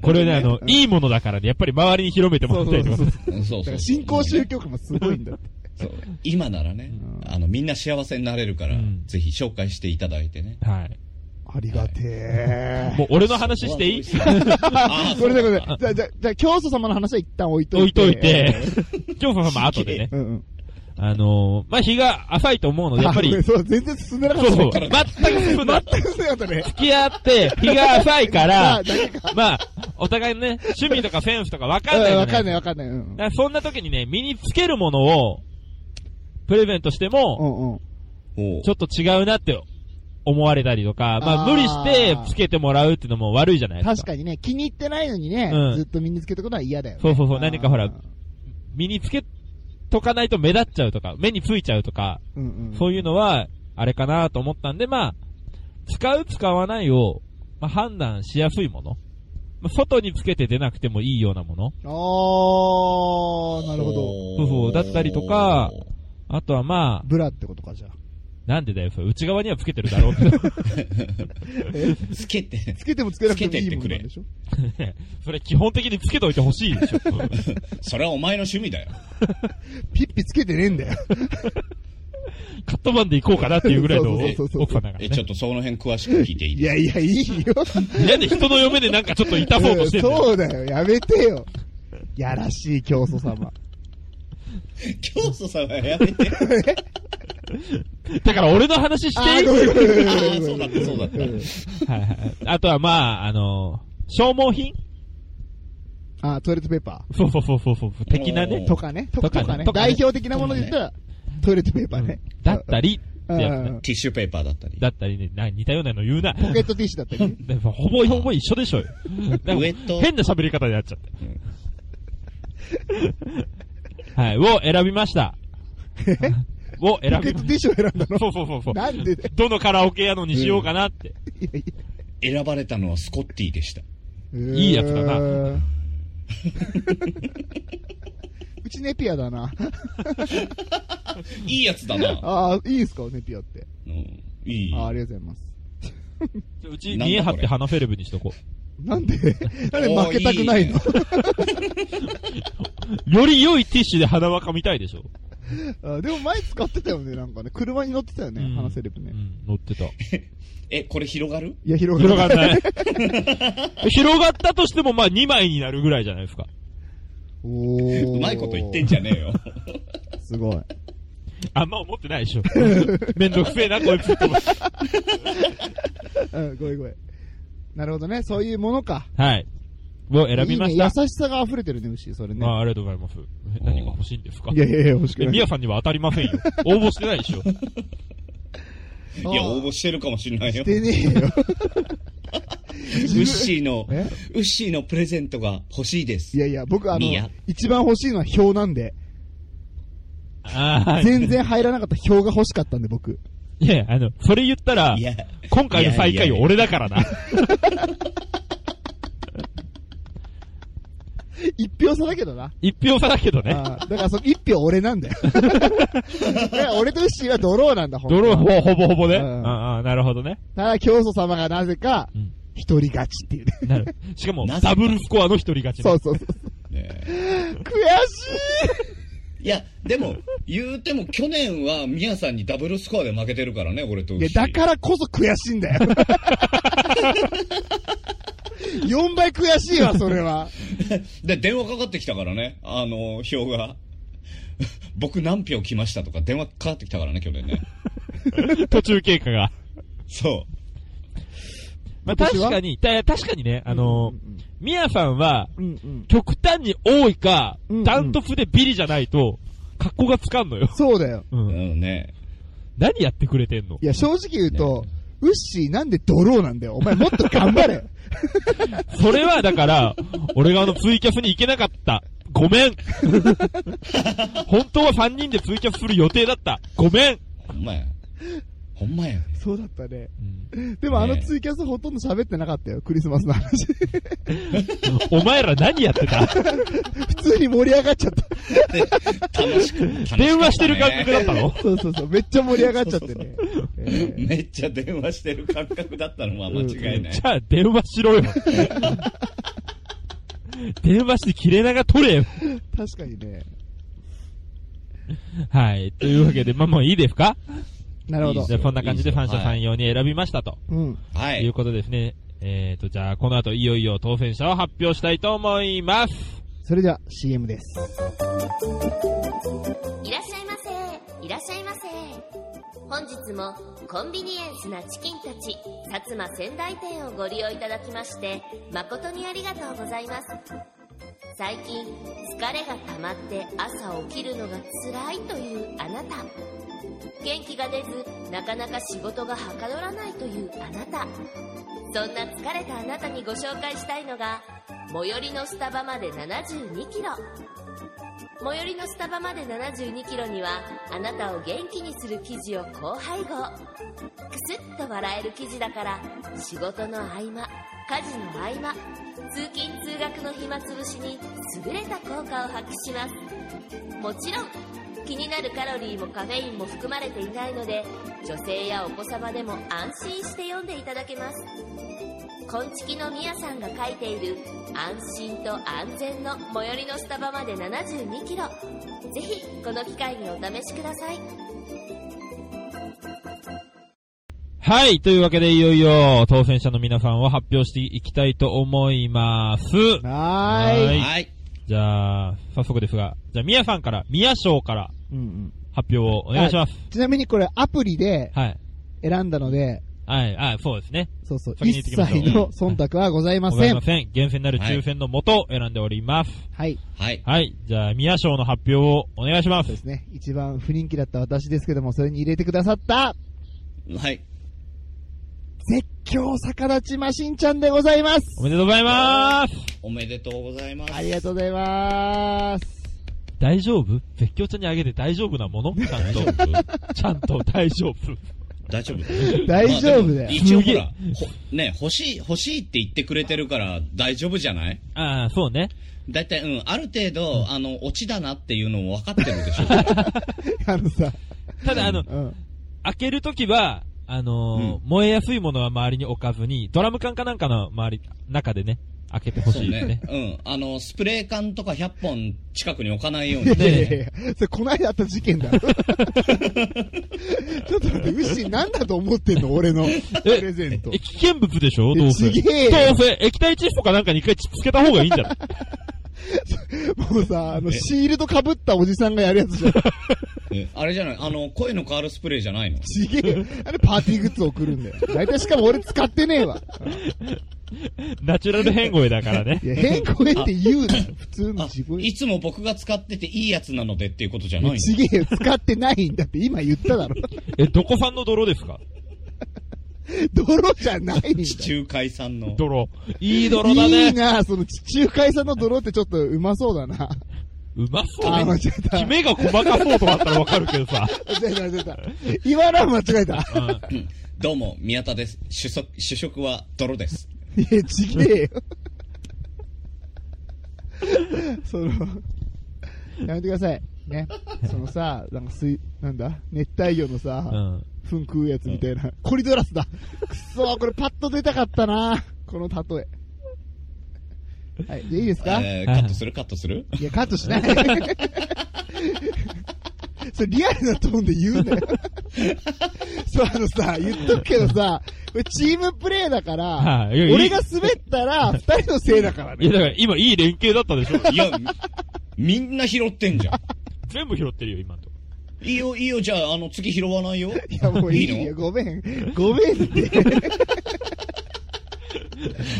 S3: これね、あの、いいものだからね、やっぱり周りに広めてもらいたいとか。
S1: うんそう
S2: だ
S1: そ
S2: か
S1: う。
S2: ら、新興宗教家もすごいんだって。
S1: そう今ならね、あの、みんな幸せになれるから、
S3: うん
S1: ぜひ紹介していただいてね。
S3: はい。
S2: ありがてえ。
S3: もう俺の話していい
S1: そこは美味しいあー
S2: ごめんなさい、ごめん
S1: そう
S2: なさい。じゃあ、じゃあじゃあ、教祖様の話は一旦置いと
S3: 置い
S2: いて。
S3: といて。、 京子様後でね。
S2: うんうん。
S3: あのー、まあ、日が浅いと思うので、やっぱ
S2: あごめん
S3: り、
S2: そう、全然進んでなか
S3: そ
S2: っ
S3: う
S2: た。
S3: そう、
S1: か
S3: 全
S1: ら
S3: く進んでない
S2: 全く進んでなかったね。
S3: 付き合って、日が浅いか
S2: あ
S3: ら、
S2: だけか。
S3: まあ、お互いのね、趣味とかセンスとか分かんな
S2: う
S3: い
S2: ん
S3: じゃ。
S2: わかんないいわかんない。うん
S3: だからそんな時にね、身につけるものを、プレゼントして
S2: う
S3: も、
S2: んうん。
S1: おう
S3: ちょっと違うなって思われたりとか、まあ、
S2: あー
S3: 無理してつけてもらうっていうのも悪いじゃないです
S2: 確
S3: か。
S2: かにね、気に入ってないのにね、
S3: うん
S2: ずっと身につけとくのは嫌だよね。
S3: そうそうそう
S2: あー
S3: 何かほら身につけとかないと目立っちゃうとか、目についちゃうとか、
S2: うんうん。
S3: そういうのは、あれかなと思ったんで、まあ、使う、使わないを、まあ、判断しやすいもの。まあ、外につけて出なくてもいいようなもの。
S2: あー、なるほど。
S1: お
S3: そうそうだったりとかあとはまあ、
S2: ブラってことか、じゃあ。
S3: なんでだよ、それ内側にはつけてるだろう けど。
S2: え
S1: つけて、
S2: つけてもつけなくてもいいもんな
S1: つけてって
S2: ん
S1: くれ
S2: でしょ
S3: それ基本的につけといてほしいで しょ。
S1: それはお前の趣味だよ。
S2: ピッピつけてねえんだよ。
S3: カット版でいこうかなっていうぐらいの
S2: そうそうそうそう
S3: 奥さんだから
S1: え、ちょ
S3: ね
S1: っ。とその辺詳しく聞いていい
S2: いやいや、いいよ。
S3: なんで人の嫁でなんかちょっと痛そうとしてんだよ。
S2: そうだよ、やめてよ。やらしい教祖 様。
S1: 教祖さんはやめて。
S3: だから俺の話
S2: あ
S3: して
S2: ー
S3: いい
S2: ごめんごめんごめん
S1: あ
S2: ご
S1: ー
S2: めん
S1: そうだったそうだった
S2: ん
S3: はいはいあとはまあ、あの、消耗品
S2: あ、トイレットペーパ
S3: そうそうそうそうそう。的な
S1: う
S3: ね
S1: ん
S2: ー。。とかね。と
S3: とか
S2: か
S3: ね
S2: ね
S3: と。かね
S2: 代表的なもので言ったら、トイレットペーパーね。
S3: だったり、
S2: う
S3: ってやつね
S2: ん。
S1: ティッシュペーパーだったり。
S3: だったりね、な似たようなの言うな。
S2: ポケットティッシュだったりね。
S3: でもほぼほぼ一緒でしょうよ。
S1: ウエット
S3: 変な喋り方になっちゃって。はい、を選びました。を選
S2: ポケ
S3: び
S2: ット
S3: ま
S2: ティッシュを選んだの
S3: そうそうそうそう。
S2: なんでだよ
S3: どのカラオケ屋のにしようかなって。
S2: いやい
S1: 選ばれたのはスコッティでした。
S2: や
S3: いいやつだな
S2: うーんうちネピアだな。
S1: いいやつだ な。
S2: ああ、いいですか、ネピアって。
S1: うん、いい。
S2: あーありがとうございます。
S3: うち、見え張って花フェレブにしとこ
S2: なんで、なんで負けたくないの
S1: お
S3: う。より良いティッシュで鼻はかみたいでしょ。
S2: あでも前使ってたよね、なんかね。車に乗ってたよね、
S3: うん
S2: 話せればね
S3: う。ん、乗ってた。
S1: え、これ広がる
S2: いや、広がら
S3: 広がん
S2: ない。
S3: ない。広がったとしても、まあ2枚になるぐらいじゃないですか。
S2: おー
S1: うまいこと言ってんじゃね えよ。
S2: すごい。
S3: あんま思ってないでしょ。めんどくせえな、こいつって思って。
S2: うん、ごめんごめん。なるほどね、そういうものか。
S3: はい。を選びま
S2: い
S3: し
S2: い
S3: た。
S2: ね優しさが溢れてるね、牛、それね。
S3: あありがとうございます。え何が欲しいんですか
S2: いやいやいや、欲しく
S3: え
S2: ない。
S3: みやさんには当たりませんよ。応募してないでし ょ。
S1: いや、応募してるかもしれない
S2: し
S1: よ。
S2: てねえよ。
S1: ウ ッシーの、
S2: え
S1: ウッシーのプレゼントが欲しいです
S2: い。やいや、僕あの
S1: ミヤ、
S2: 一番欲しいのは票なんで、
S3: ああ、
S2: 全然入らなかった票が欲しかったんで、僕。
S3: いや、あの、それ言ったら
S1: い、や、
S3: 今回の最下位
S1: いやいや
S3: 俺だか らな。
S2: 一票差だけどな。
S3: 一票差だけどね。
S2: あーだからその一票俺なん だよ。だから俺とウッシーはドローなんだ、ほんと
S3: ドローほほぼほぼね。
S2: う
S3: うんんうん、なるほどね。
S2: ただ、教祖様がなぜか
S3: うん、
S2: 一人勝ちっていうね。
S3: なる。しかも
S1: な、ぜか
S3: ダブルスコアの一人勝ちね。
S2: そうそうそう。
S1: ねえ
S2: 悔
S1: いや、でも、言うても去年はミヤさんにダブルスコアで負けてるからね、俺とウ
S2: しいい
S1: ッ
S2: や、
S1: シー。
S2: だからこそ悔しいんだよ。4倍悔しいわ、それは。
S1: で、電話かかってきたからね、あの、票が。 僕何票来ましたとか電話かかってきたからね、去年ね。
S3: 途中経過が。
S1: そ
S3: ま
S2: 今
S3: あ
S2: 年
S3: 確
S2: は
S3: かに、た確かにね、あのー、みやさんは、
S2: うんうん。
S3: 極端に多いか
S2: うんうん、
S3: ダントツでビリじゃないと、格好がつかんのよ。
S2: そうだよ。
S3: う。
S1: う。うんんね。
S3: 何やってくれてんの
S2: いや、正直言うと、ウッシーなんでドローなんだよ。お前もっと頑張れ。
S3: それはだから、俺があのツイキャスに行けなかった。ごめん。本当は3人でツイキャスする予定だった。ごめん。
S1: ほんまや。ほんまや。
S2: そうだったね。でもあの
S1: ねえ
S2: ツイキャスほとんど喋ってなかったよ。クリスマスの話。
S3: お前ら何やってた
S2: 普通に盛り上がっちゃった。
S1: で楽しく、楽しかったね
S3: 電話してる感覚だったの
S2: そうそうそう。めっちゃ盛り上がっちゃってね。ええ
S1: めっちゃ電話してる感覚だったのは間違いない
S3: じ。ゃあ電話しろよ。電話して切れ長取れよ。
S2: 確かにね。
S3: はい。というわけで、まあもういいですか
S2: なるほ
S1: いい
S2: ど
S1: っ
S3: じ
S1: す。
S3: ゃあそんな感じでファン社さん用に選びましたと。、
S2: うん。
S1: はいい。
S3: うことですね。えーと、じゃあこの後いよいよ当選者を発表したいと思います。
S2: それでは CM です。
S4: いらっしゃいませいらっしゃいませ本日もコンビニエンスなチキンたち薩摩仙台店をご利用いただきまして誠にありがとうございます最近疲れが溜まって朝起きるのが辛いというあなた元気が出ずなかなか仕事がはかどらないというあなたそんな疲れたあなたにご紹介したいのが最寄りのスタバまで7 2キロ最寄りのスタバまで7 2キロにはあなたを元気にする記事を高配合クスッと笑える記事だから仕事の合間家事の合間通勤通学の暇つぶしに優れた効果を発揮しますもちろん気になるカロリーもカフェインも含まれていないので女性やお子様でも安心して読んでいただけます昆虫のみやさんが書いている安心と安全の最寄りのスタバまで7 2キロぜひこの機会にお試しください
S3: はい。というわけで、いよいよ、当選者の皆さんを発表していきたいと思います。
S2: は
S3: は
S2: ーい。
S3: い
S1: はい。
S3: じゃあ、早速ですが、じゃあ、宮さんから、宮賞から
S2: うんうん
S3: 発表をお願いします。
S2: ちなみにこれアプリで
S3: はい。
S2: 選んだので、
S3: はい、はい、そうですね。
S2: そうそう。
S3: 先に言
S2: 一
S3: ってき
S2: 切
S3: ましょう
S2: の忖度はございま
S3: ござ
S2: せ
S3: い
S2: ん。
S3: ません。厳選なる抽選のもと選んでおります。
S2: はい。
S1: はい。
S3: はい、じゃあ、宮賞の発表をお願いしま
S2: そうで。
S3: す
S2: すね。一番不人気だった私ですけども、それに入れてくださった、
S1: はい。
S2: 絶叫逆立ちマシンちゃんでございます。
S3: おめでとうございます。
S1: おめでとうございます。
S2: ありがとうございます。
S3: 大丈夫絶叫ちゃんにあげて大丈夫なものちゃん
S1: 大
S3: と。
S1: 丈 夫
S3: ちゃんと大丈夫。
S1: 大丈夫
S2: 大丈夫だよ
S1: まあでも一応ほ
S3: すげえ
S1: ら、ほね、欲しい、欲しいって言ってくれてるから大丈夫じゃない
S3: ああ、そうね。
S1: だいたい、うん、ある程度、あの、オチだなっていうのも分かってる でしょ。
S2: あのさ、
S3: ただ、あの、
S2: うん。
S3: 開けるときは、あのー
S1: う
S3: 燃えやすいものは周りに置かずに、ドラム缶かなんかの周り、中でね、開けてほ
S1: そう
S3: しいですね。
S1: ね。うん。あの、スプレー缶とか100本近くに置かないように
S2: い
S3: ね
S2: やいやいや、それこないだあった事件 だ。ちょっと待って、ウッシーなんだと思ってんの俺のプレゼント
S3: え、。危険物でしょどうせ。
S2: えちげえよ
S3: どうせ、液体窒素かなんかに一回つけた方がいいんじゃない
S2: もうさ、あの、
S1: え
S2: シールド被ったおじさんがやるやつじゃん。
S1: えあれじゃないあの、声の変わるスプレーじゃないの
S2: ちげえよ。あれパーティーグッズ送るんだよ。大体しかも俺使ってねえわ。
S3: ナチュラル変声だからね
S2: い。や、変声って言うな。普通の
S1: あ
S2: 自分。
S1: いつも僕が使ってていいやつなのでっていうことじゃないの
S2: ちげえよ、使ってないんだって今言っただろ。
S3: え、どこさんの泥ですか
S2: 泥じゃないんだよ
S1: 地中海産の。
S3: 泥。いい泥だ
S2: いい
S3: ね。
S2: なその地中海産の泥ってちょっとうまそうだな。
S3: うまそう
S2: あ、間
S3: ね
S2: 違。えた。
S3: キメが細かそうとかあったらわかるけどさ。
S2: 間違えた、間違えた。今のは間違えた。
S3: うん
S1: どうも、宮田です。主食、主食は泥です。
S2: いや、ちげえよ。その、やめてください。ね。そのさ、なんか水、なんだ熱帯魚の
S3: う
S2: さ、
S3: ん。
S2: 糞食うやつみたいな。コリドラスだ。くそー、これパッと出たかったなこの例え。はい、でいいですか、
S1: えー、カットするカットする
S2: いや、カットしない。それリアルなトーンで言うなよ。そう、あのさ、言っとくけどさ、これチームプレーだから、
S3: はいいやいい
S2: 俺が滑ったら、二人のせいだから
S3: いや、
S2: ね。
S3: だから今いい連携だったでしょ
S1: いや、みんな拾ってんじゃん。
S3: 全部拾ってるよ、今のとこ。
S1: いいよ、いいよ、じゃあ、あの、次拾わないよ。
S2: いや、もういい
S1: いい
S2: よ、
S1: の
S2: ごめん。ごめんって。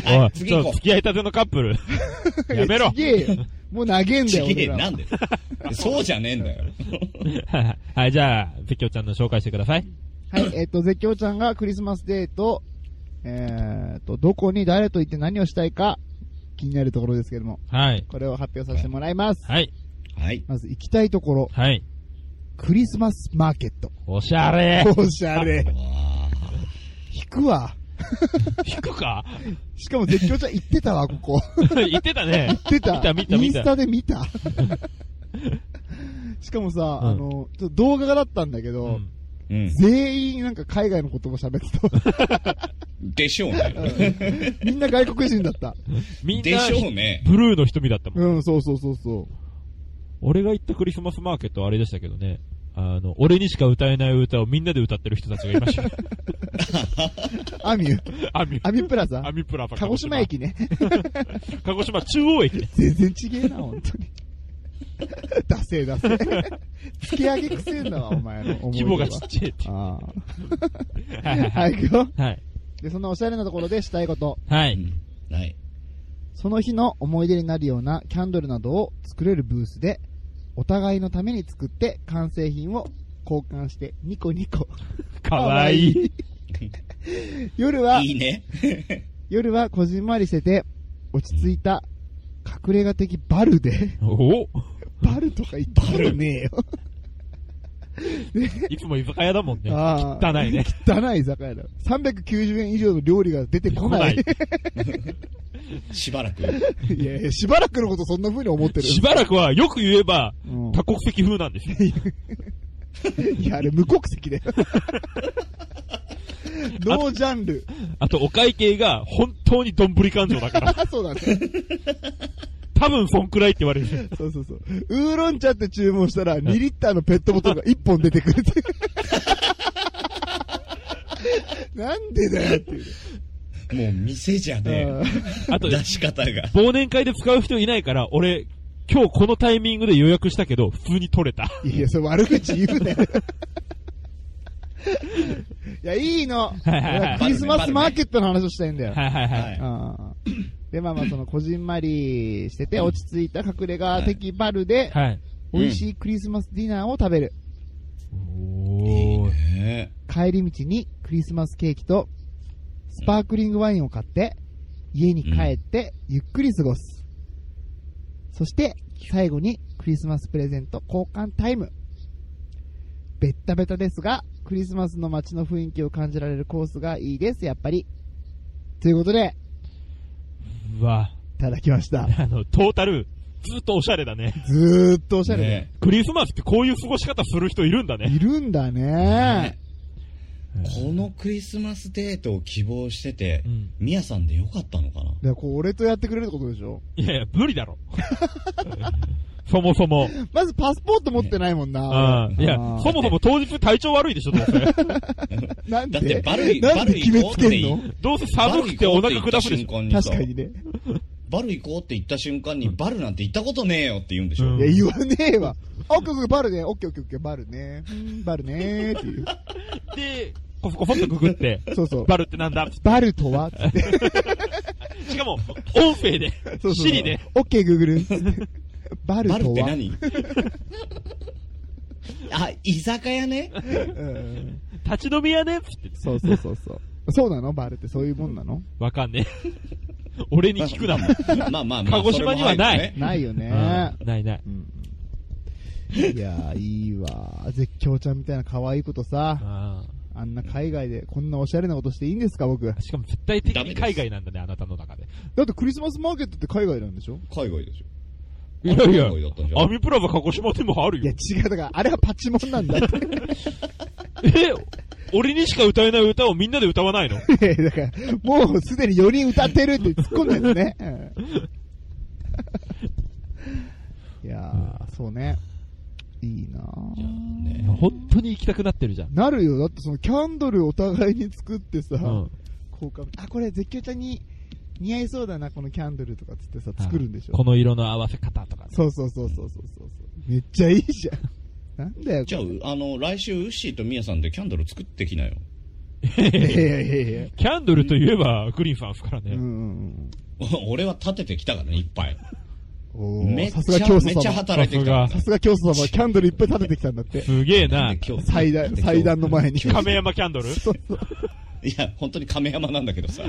S1: は
S3: お
S1: い
S3: い、
S1: 次
S3: ちょ
S1: 行
S3: っと
S1: こ
S3: 付き合いたてのカップ ル。やめろ
S2: ち。げえよ。もう投げん
S1: う。
S2: だ
S1: ち
S2: よ、
S1: げえ、
S2: 俺ら
S1: な
S2: は。
S1: んで そうじゃねえんだよ。
S3: はい、じゃあ、絶叫ちゃんの紹介してください。
S2: はい、えっ、と、絶叫ちゃんがクリスマスデート、えっ、と、どこに誰と行って何をしたいか、気になるところですけども、
S3: はい。
S2: これを発表させてもらいます。
S3: はい。
S1: はい。
S2: まず行きたいところ、
S3: はい。
S2: クリスマスマーケット。
S3: おしゃれ。
S2: おしゃれ。
S1: わ
S2: 引くわ。
S3: 引くか
S2: しかも絶叫ちゃん行ってたわ、ここ。
S3: 言ってたね。
S2: 行ってた。
S3: 見た見た見た
S2: インスタで見 た。しかもさ、あの、ちょっと動画だったんだけど、
S3: うん
S1: ーうん。
S2: 全員なんか海外の言葉喋って
S1: でしょうね。
S2: た。みんな外国人だった。
S3: みん
S1: で
S3: な、
S1: しょうね。
S3: ブルーの瞳だったもん。
S2: うん、そうそうそうそう。
S3: 俺が行ったクリスマスマーケットはあれでしたけどね。あの、俺にしか歌えない歌をみんなで歌ってる人たちがい ましたよ。
S2: アミュ、
S3: アミ、
S2: アミュプラザ
S3: ア。ミプラパ
S2: 鹿児島。駅ね。
S3: 鹿児島中央駅ね。
S2: 全然ちげえな、本当に。 ダセえダセえ。 突き上げくせえんだわ、お前の思い出
S3: 規
S2: は。
S3: 模がちっちゃいってい
S2: あ
S3: う。は
S2: あ。はい、行くよ。
S3: い。はい。
S2: で、そんなおしゃれなところでしたいこと、
S3: は
S1: う
S3: い。
S1: んはい。
S2: その日の思い出になるようなキャンドルなどを作れるブースで、お互いのために作って完成品を交換してニコニコ。
S3: かわいい。
S2: 夜は、
S1: いいね。
S2: 夜はこじんまりしてて、落ち着いた隠れ家的バルで、
S3: お
S2: バルとか言ったことねえよ。
S3: いつも居酒屋だもんね。
S2: あ
S3: 汚
S2: あ
S3: いね。
S2: 汚い居酒屋だ。390円以上の料理が出てこない。
S1: しばらく。
S2: いやいや、しばらくのことそんな風に思ってる。
S3: しばらくは、よく言えば、
S2: うん
S3: 多国籍風なんですよ。
S2: いや、あれ無国籍だ よ。ノージャンル。
S3: あと、お会計が本当にどんぶり感情だから。
S2: あ、そうだね。
S3: 多分、そんくらいって言われる。
S2: そうそうそう。ウーロン茶って注文したら、2リッターのペットボトルが1本出てくる っていう。なんでだよっていう
S1: もう店じゃ
S2: ね。
S1: ね
S3: あ
S1: え。
S3: と、
S1: 出し方が。
S3: 忘年会で使う人いないから、俺、今日このタイミングで予約したけど、普通に取れた。
S2: いや、それ悪口言うなよ。いや、いいの。
S3: いはい
S2: 俺はクリスマスマーケットの話をしたいんだよ。
S3: はいはいはい。
S1: はい
S2: うんで、まあまあ、その、こじんまりしてて、落ち着いた隠れ家的バルで、
S3: はい。
S2: 美味しいクリスマスディナーを食べる。
S3: おー。
S1: ね
S2: 帰り道にクリスマスケーキと、スパークリングワインを買って、家に帰って、ゆっくり過ごす。そして、最後にクリスマスプレゼント交換タイム。ベッタベタですが、クリスマスの街の雰囲気を感じられるコースがいいです、やっぱり。ということで、
S3: うわ。
S2: いただきま した。
S3: あの、トータル、ずっとおしゃれだね。
S2: ずーっとおしゃれで。
S1: ね
S3: クリスマスってこういう過ごし方する人いるんだね。
S2: いるんだね。
S1: このクリスマスデートを希望してて
S3: うん、
S1: ミヤさんでよかったのかな
S2: だからこう俺とやってくれるってことでしょ
S3: いやいや、無理だろ。そもそも。
S2: まずパスポート持ってないもんな。
S3: うん。いや、
S2: あー
S3: そもそも当日体調悪いでしょ、どうせ。
S2: なんで
S1: だってバルイ
S2: なんで決めつけん
S1: バルイ行
S2: の
S1: こ
S3: どうせ寒くてお腹下すでしょ。
S1: 瞬間に
S2: 確
S1: さ
S2: か、にね。
S1: バル行こうって言った瞬間に、バルなんて行ったことねえよって言うんでし
S3: う
S1: ょ。
S3: ん
S2: いや、言わねえわ。あオッケーオッケー、バルね。オッケーオッケーオッケー、バルね。うんバルねーっていう。
S3: で、こそこそっとくぐって、
S2: そうそう。
S3: バルってなんだ
S2: バルと はつって。
S3: しかも、音声で、
S2: そうそう
S3: シリで。。
S2: オッケー、グーグル。バル
S1: バル
S2: と
S1: って
S2: は。
S1: 何あ、居酒屋ね。
S2: うん
S3: 立ち飲み屋ねっつって。
S2: そうそうそうそう。そうなのバルってそういうもんなの
S3: わかんねえ。俺に聞くなもん。
S1: まあまあまあ。
S3: 鹿児島にはない
S1: それも入る
S2: な
S1: ね
S2: いよね
S3: うん。ないない。
S2: うんいやー、いいわ。絶叫ちゃんみたいな可愛いことさ。
S3: あ
S2: あんな海外でこんなおしゃれなことしていいんですか、僕。だ
S3: ーしかも絶対的
S1: ダメ
S3: に
S1: です
S3: 海外なんだね、あなたの中で。
S2: ってクリスマスマーケットって海外なんでしょ
S1: 海外ですよ。
S3: いやいや
S1: 海外だったんじゃ
S3: ア
S1: ん。
S3: ミプラザ鹿児島でもある
S2: いや、
S3: よ。
S2: 違う。だから、あれはパチモンなんだって。
S3: え俺にしか歌えない歌をみんなで歌わないの
S2: いやだから、もうすでに4人歌ってるって突っ込んだやつね。うんいやー、そうね。いいなー
S1: じゃあね
S3: 本当に行きたくなってるじゃん。
S2: なるよ。だってそのキャンドルお互いに作ってさ、
S3: うん。
S2: 交換。あ、これ絶叫ちゃんに似合いそうだな、このキャンドルとかつってさ、作るんでしょ
S3: こ。の色の合わせ方とか ね。
S2: そうそうそうそうそうそう。めっちゃいいじゃん。なんだよ、
S1: じゃあ、うあの、来週、ウッシーとミヤさんでキャンドル作ってきなよ。
S2: いやいやいやいや。
S3: キャンドルといえば、グリーンさんですから
S2: う
S3: ね。
S2: んうん
S1: 俺は立ててきたからね、いっぱい。
S2: うん。お
S1: め
S2: ー
S1: っちゃ
S2: さすが教祖
S1: めっちゃ
S2: 様。
S1: 働いてきた。
S3: さ
S2: さすが教祖様、キャンドルいっぱい立ててきたんだって。
S3: すげえな。
S1: 今日
S2: 祭壇、祭壇の前に。
S3: 亀山キャンドル
S2: そうそう。
S1: いや、本当に亀山なんだけどさ。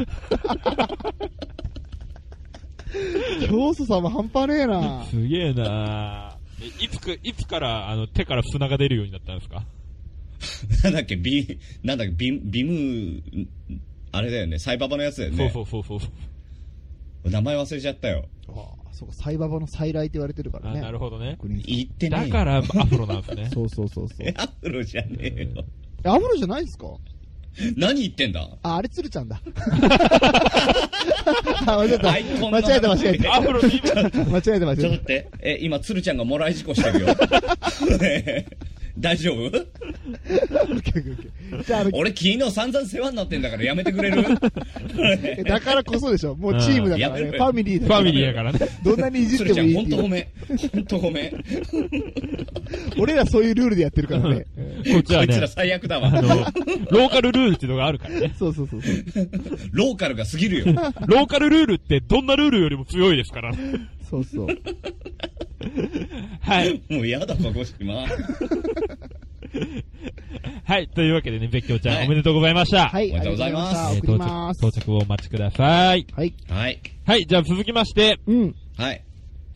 S2: 教祖様半端ねえ な。
S3: すげえなえいつく、いつから、あの、手から砂が出るようになったんですか
S1: なんだっけ、ビ、なんだっけ、ビ、ビム、あれだよね、サイババのやつだよ
S3: そう
S1: ね。
S3: そうそうそう。
S1: 名前忘れちゃったよ。
S2: ああ、そうか、サイババの再来って言われてるから
S3: あ
S2: ね。
S3: なるほどね。
S2: グリーンさん
S1: 言ってね
S3: だ
S1: えよ
S3: から、アフロなんです ね。
S2: そうそうそうそう。
S1: えアフロじゃねえよ。
S2: えアフロじゃないですか
S1: 何言ってんだ
S2: あ、あれ鶴ちゃん だ。あ間違えた。
S1: ア
S2: 間
S1: イコンの
S2: 違えた、間違えた。
S3: アフロに今、
S2: 間違えた、間
S1: ちょっと
S2: 違え
S1: 待って、え、今、鶴ちゃんがもらい事故してるよ。ねえ 大丈夫
S2: たオッケー。オッケーオッケ ーじゃあ、あの
S1: 俺、昨日散々世話になってんだからやめてくれ る
S2: えだからこそでしょ。もうチームだから
S1: うんやめろ
S2: ね。
S1: よ
S2: ファミリーだ
S3: フ
S2: から。
S3: ァミリーだからね。
S2: どんなにいじって
S1: 鶴ち
S2: も
S1: ゃん、
S2: い
S1: ほん
S2: い
S1: とごめん。ほんとごめん。
S2: 俺らそういうルールでやってるからね。
S3: こっち
S1: こ
S3: はい
S1: つ
S3: ね
S1: ら、最悪だ
S3: あ
S1: わ
S3: の。、ローカルルールっていうのがあるからね。
S2: そうそうそうそう。
S1: ローカルが過ぎるよ。
S3: ローカルルールってどんなルールよりも強いですから。
S2: そうそう。
S3: はい。
S1: もう嫌だ、鹿児島。
S3: はい。というわけでね、別居ちゃん、
S1: はい
S3: おめでとうございました。。
S2: はいい、
S1: おめでとうございます
S2: ありがとうございました送りま
S3: 到
S2: す。
S3: 着、到着をお待ちください。
S2: はい。
S1: はい。
S3: はい。じゃあ続きまして、
S2: うん。
S1: はい。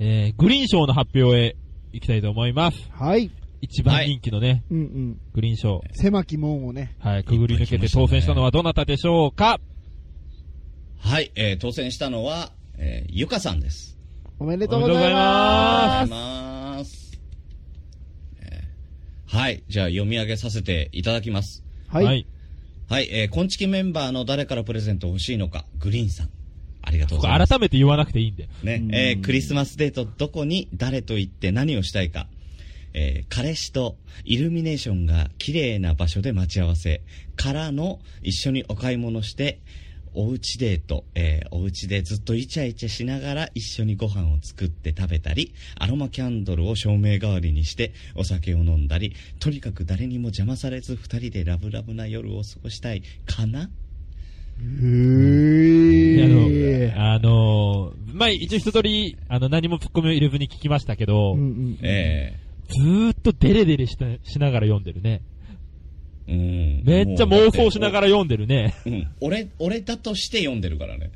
S3: えー、グリーン賞の発表へ行きたいと思います。
S2: はい。
S3: 一番人気のね、
S2: うんうん。
S3: グリーン賞。
S2: 狭き門をね。
S3: はい。くぐり抜けて当選したのはどなたでしょうか
S1: はい、えー当選したのは、えーゆかさんです。
S2: おめでとうございま
S1: あり
S2: す。
S1: がとうございます。えーはい、じゃあ読み上げさせていただきます。
S2: はい。。
S1: はい、えー、こんちきメンバーの誰からプレゼント欲しいのか、グリーンさん。ありがとう
S3: ここ
S1: ございます。
S3: 改めて言わなくていいんだよ。
S1: ね、えークリスマスデートどこに誰と行って何をしたいか。えー彼氏とイルミネーションが綺麗な場所で待ち合わせからの一緒にお買い物しておうちデート、えーおうちでずっとイチャイチャしながら一緒にご飯を作って食べたり、アロマキャンドルを照明代わりにしてお酒を飲んだり、とにかく誰にも邪魔されず二人でラブラブな夜を過ごしたいかな
S3: いや
S2: へえ。
S3: あの、あのーまあ、一応一通り、あの、何も突っ込みを入れずに聞きましたけど、
S2: うんうん
S1: え
S3: ずーっとデレデレしたしながら読んでるね。
S1: えうん。
S3: めっちゃ妄想しながら
S1: ら。
S3: 読んでるね。
S1: うん。俺、俺だとして読んでるからね。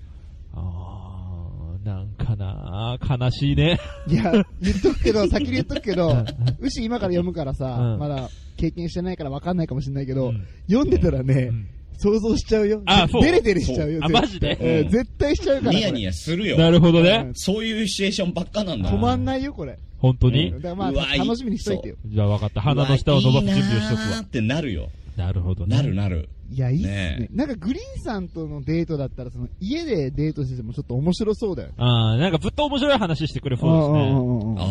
S3: あー、なんかなー、悲しいね。
S2: いや、言っとくけど、先に言っとくけ
S3: う
S2: ど
S3: ん、
S2: 牛今から読むから
S3: う
S2: さ、
S3: ん
S2: まだ経験してないから分かんないかもしれないけ
S3: う
S2: ど
S3: ん、
S2: 読んでたらね
S3: う、ん
S2: 想像しちゃうよ。
S3: あそう
S2: デレデレしちゃうよ。
S3: あ、
S2: 絶対
S3: マジで
S1: で
S2: うん絶対しちゃうから。
S1: ニヤニヤするよ。
S3: なるほ
S2: こ
S3: ど
S2: れ
S3: ね。
S1: そういうシチュエーションばっかなん
S2: うん
S1: だ。
S2: 止まんないよ、これ。
S3: 本当
S2: う
S3: に
S2: んだからまあ、
S1: うわい
S2: 楽しみにしといてよ。
S3: じゃあ分かった。鼻の下を伸ばす準備をしとく
S1: ういいな
S3: わ
S1: ー。ってなるよ。
S3: なるほどね。
S1: なるなる。
S2: いや、いいっす
S1: ね
S2: ね。なんか、グリーンさんとのデートだったら、その、家でデートしててもちょっと面白そうだよね。
S3: あー、なんかぶっと面白い話してくれそうです
S2: ん
S3: ね。
S2: うんうんうん
S1: あ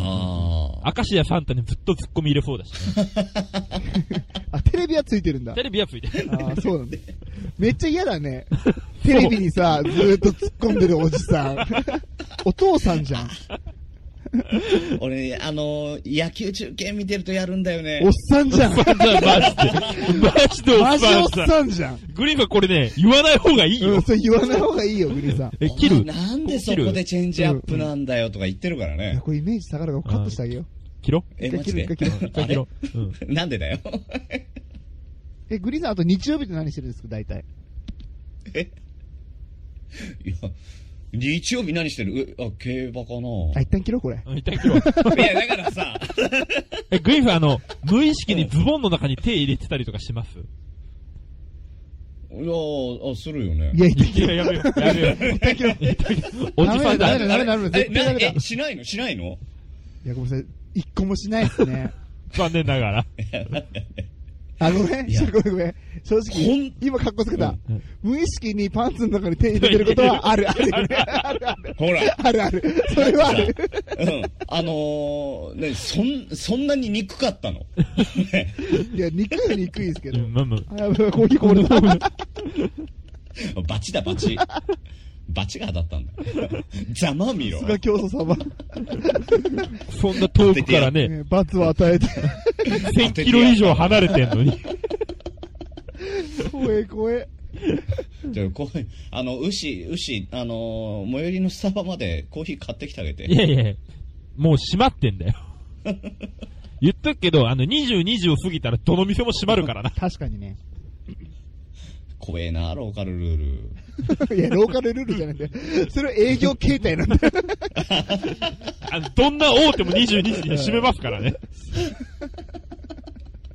S1: あ。
S3: 明石家サンタにぶっと突っ込み入れそうだしね。
S2: あ、テレビはついてるんだ
S3: テ。レビはついて る。
S2: ああ、そうなんだ。めっちゃ嫌だね。テレビにさ、ずーっと突っ込んでるおじさん。お父さんじゃん。
S1: 俺、あのー野球中継見てるとやるんだよね
S2: おっ。さんじゃん。
S3: マジで。マジでお
S2: マ
S3: っ
S2: ジお
S3: さ
S2: っ
S3: んさん。
S2: さんじゃん。
S3: グリーンはこれね、言わない方がいい
S2: うん、
S3: よ。
S2: それ言わない方がいいよ、グリーンさん。
S3: え、切る
S1: お前なんでそこでチェンジアップなんだよとか言ってるから
S2: いや
S1: ね。
S2: これイメージ下がるからカットしてあげよう。
S3: 切ろ
S1: え、
S2: 一回
S1: マジで
S2: 切 る一回切る
S3: 一回切ろう。うん。
S1: あれなんでだよ。
S2: え、グリーンさん、あと日曜日って何してるんですか、大体。
S1: えいや、日曜日何してるうあ、競馬か
S2: あ、
S1: な、
S2: 一旦切ろう、これ。
S3: うん一旦切ろう。
S1: い、や、だからさ、
S3: え、グリーンフあの、無意識にズボンの中に手入れてたりとかします
S1: いやーあ、するよね
S2: い。や、一旦
S3: い
S2: 切
S3: や、
S2: ろう。
S3: やめよう、やめよう。
S2: 一旦切ろう。い
S3: おじさ
S2: ダメ。だ
S3: んだ
S2: ダメだダメだ
S1: え
S2: 絶対ダメだ
S1: なえ、しないのしないの
S2: や、ごめんなさい。一個もしないですね。
S3: 残念ながら。
S2: あ、ごめん、
S1: いや
S2: ごめん、ごめん。正
S1: ほ
S2: 直
S1: ん、
S2: 今格好つけた
S3: うん。
S2: 無意識にパンツの中に手入れてることはある、ある。あるある。
S1: ほら。
S2: あるある。それはある。
S1: うん。あのー、ね、そん、そんなに憎かったの ね
S2: いや、憎いは憎いですけ
S3: う
S2: ど。
S3: ん、まあまあ。
S2: あ、やばいコーヒーこぼれた。
S1: バチだ、バチ。バチが当たったんだ。 ざまあみろ
S2: さ。すが教祖様。
S3: そんな遠くからね、
S2: ね罰を与えて。
S3: 1000キロ以上離れてんのに。
S2: 怖え、怖え。
S1: じゃあ、こう、あの、牛、牛、あのー最寄りのスタバまでコーヒー買ってきてあげ
S3: い
S1: て。
S3: やいやいやもう閉まってんだよ。言っとくけど、あの、20、20を過ぎたらどの店も閉まるからな。
S2: 確かにね。
S1: 怖えな、ローカルルール。
S2: いや、ローカルルールじゃなくて、それは営業形態なんだよ。
S3: あのどんな大手も22時には閉めますからね。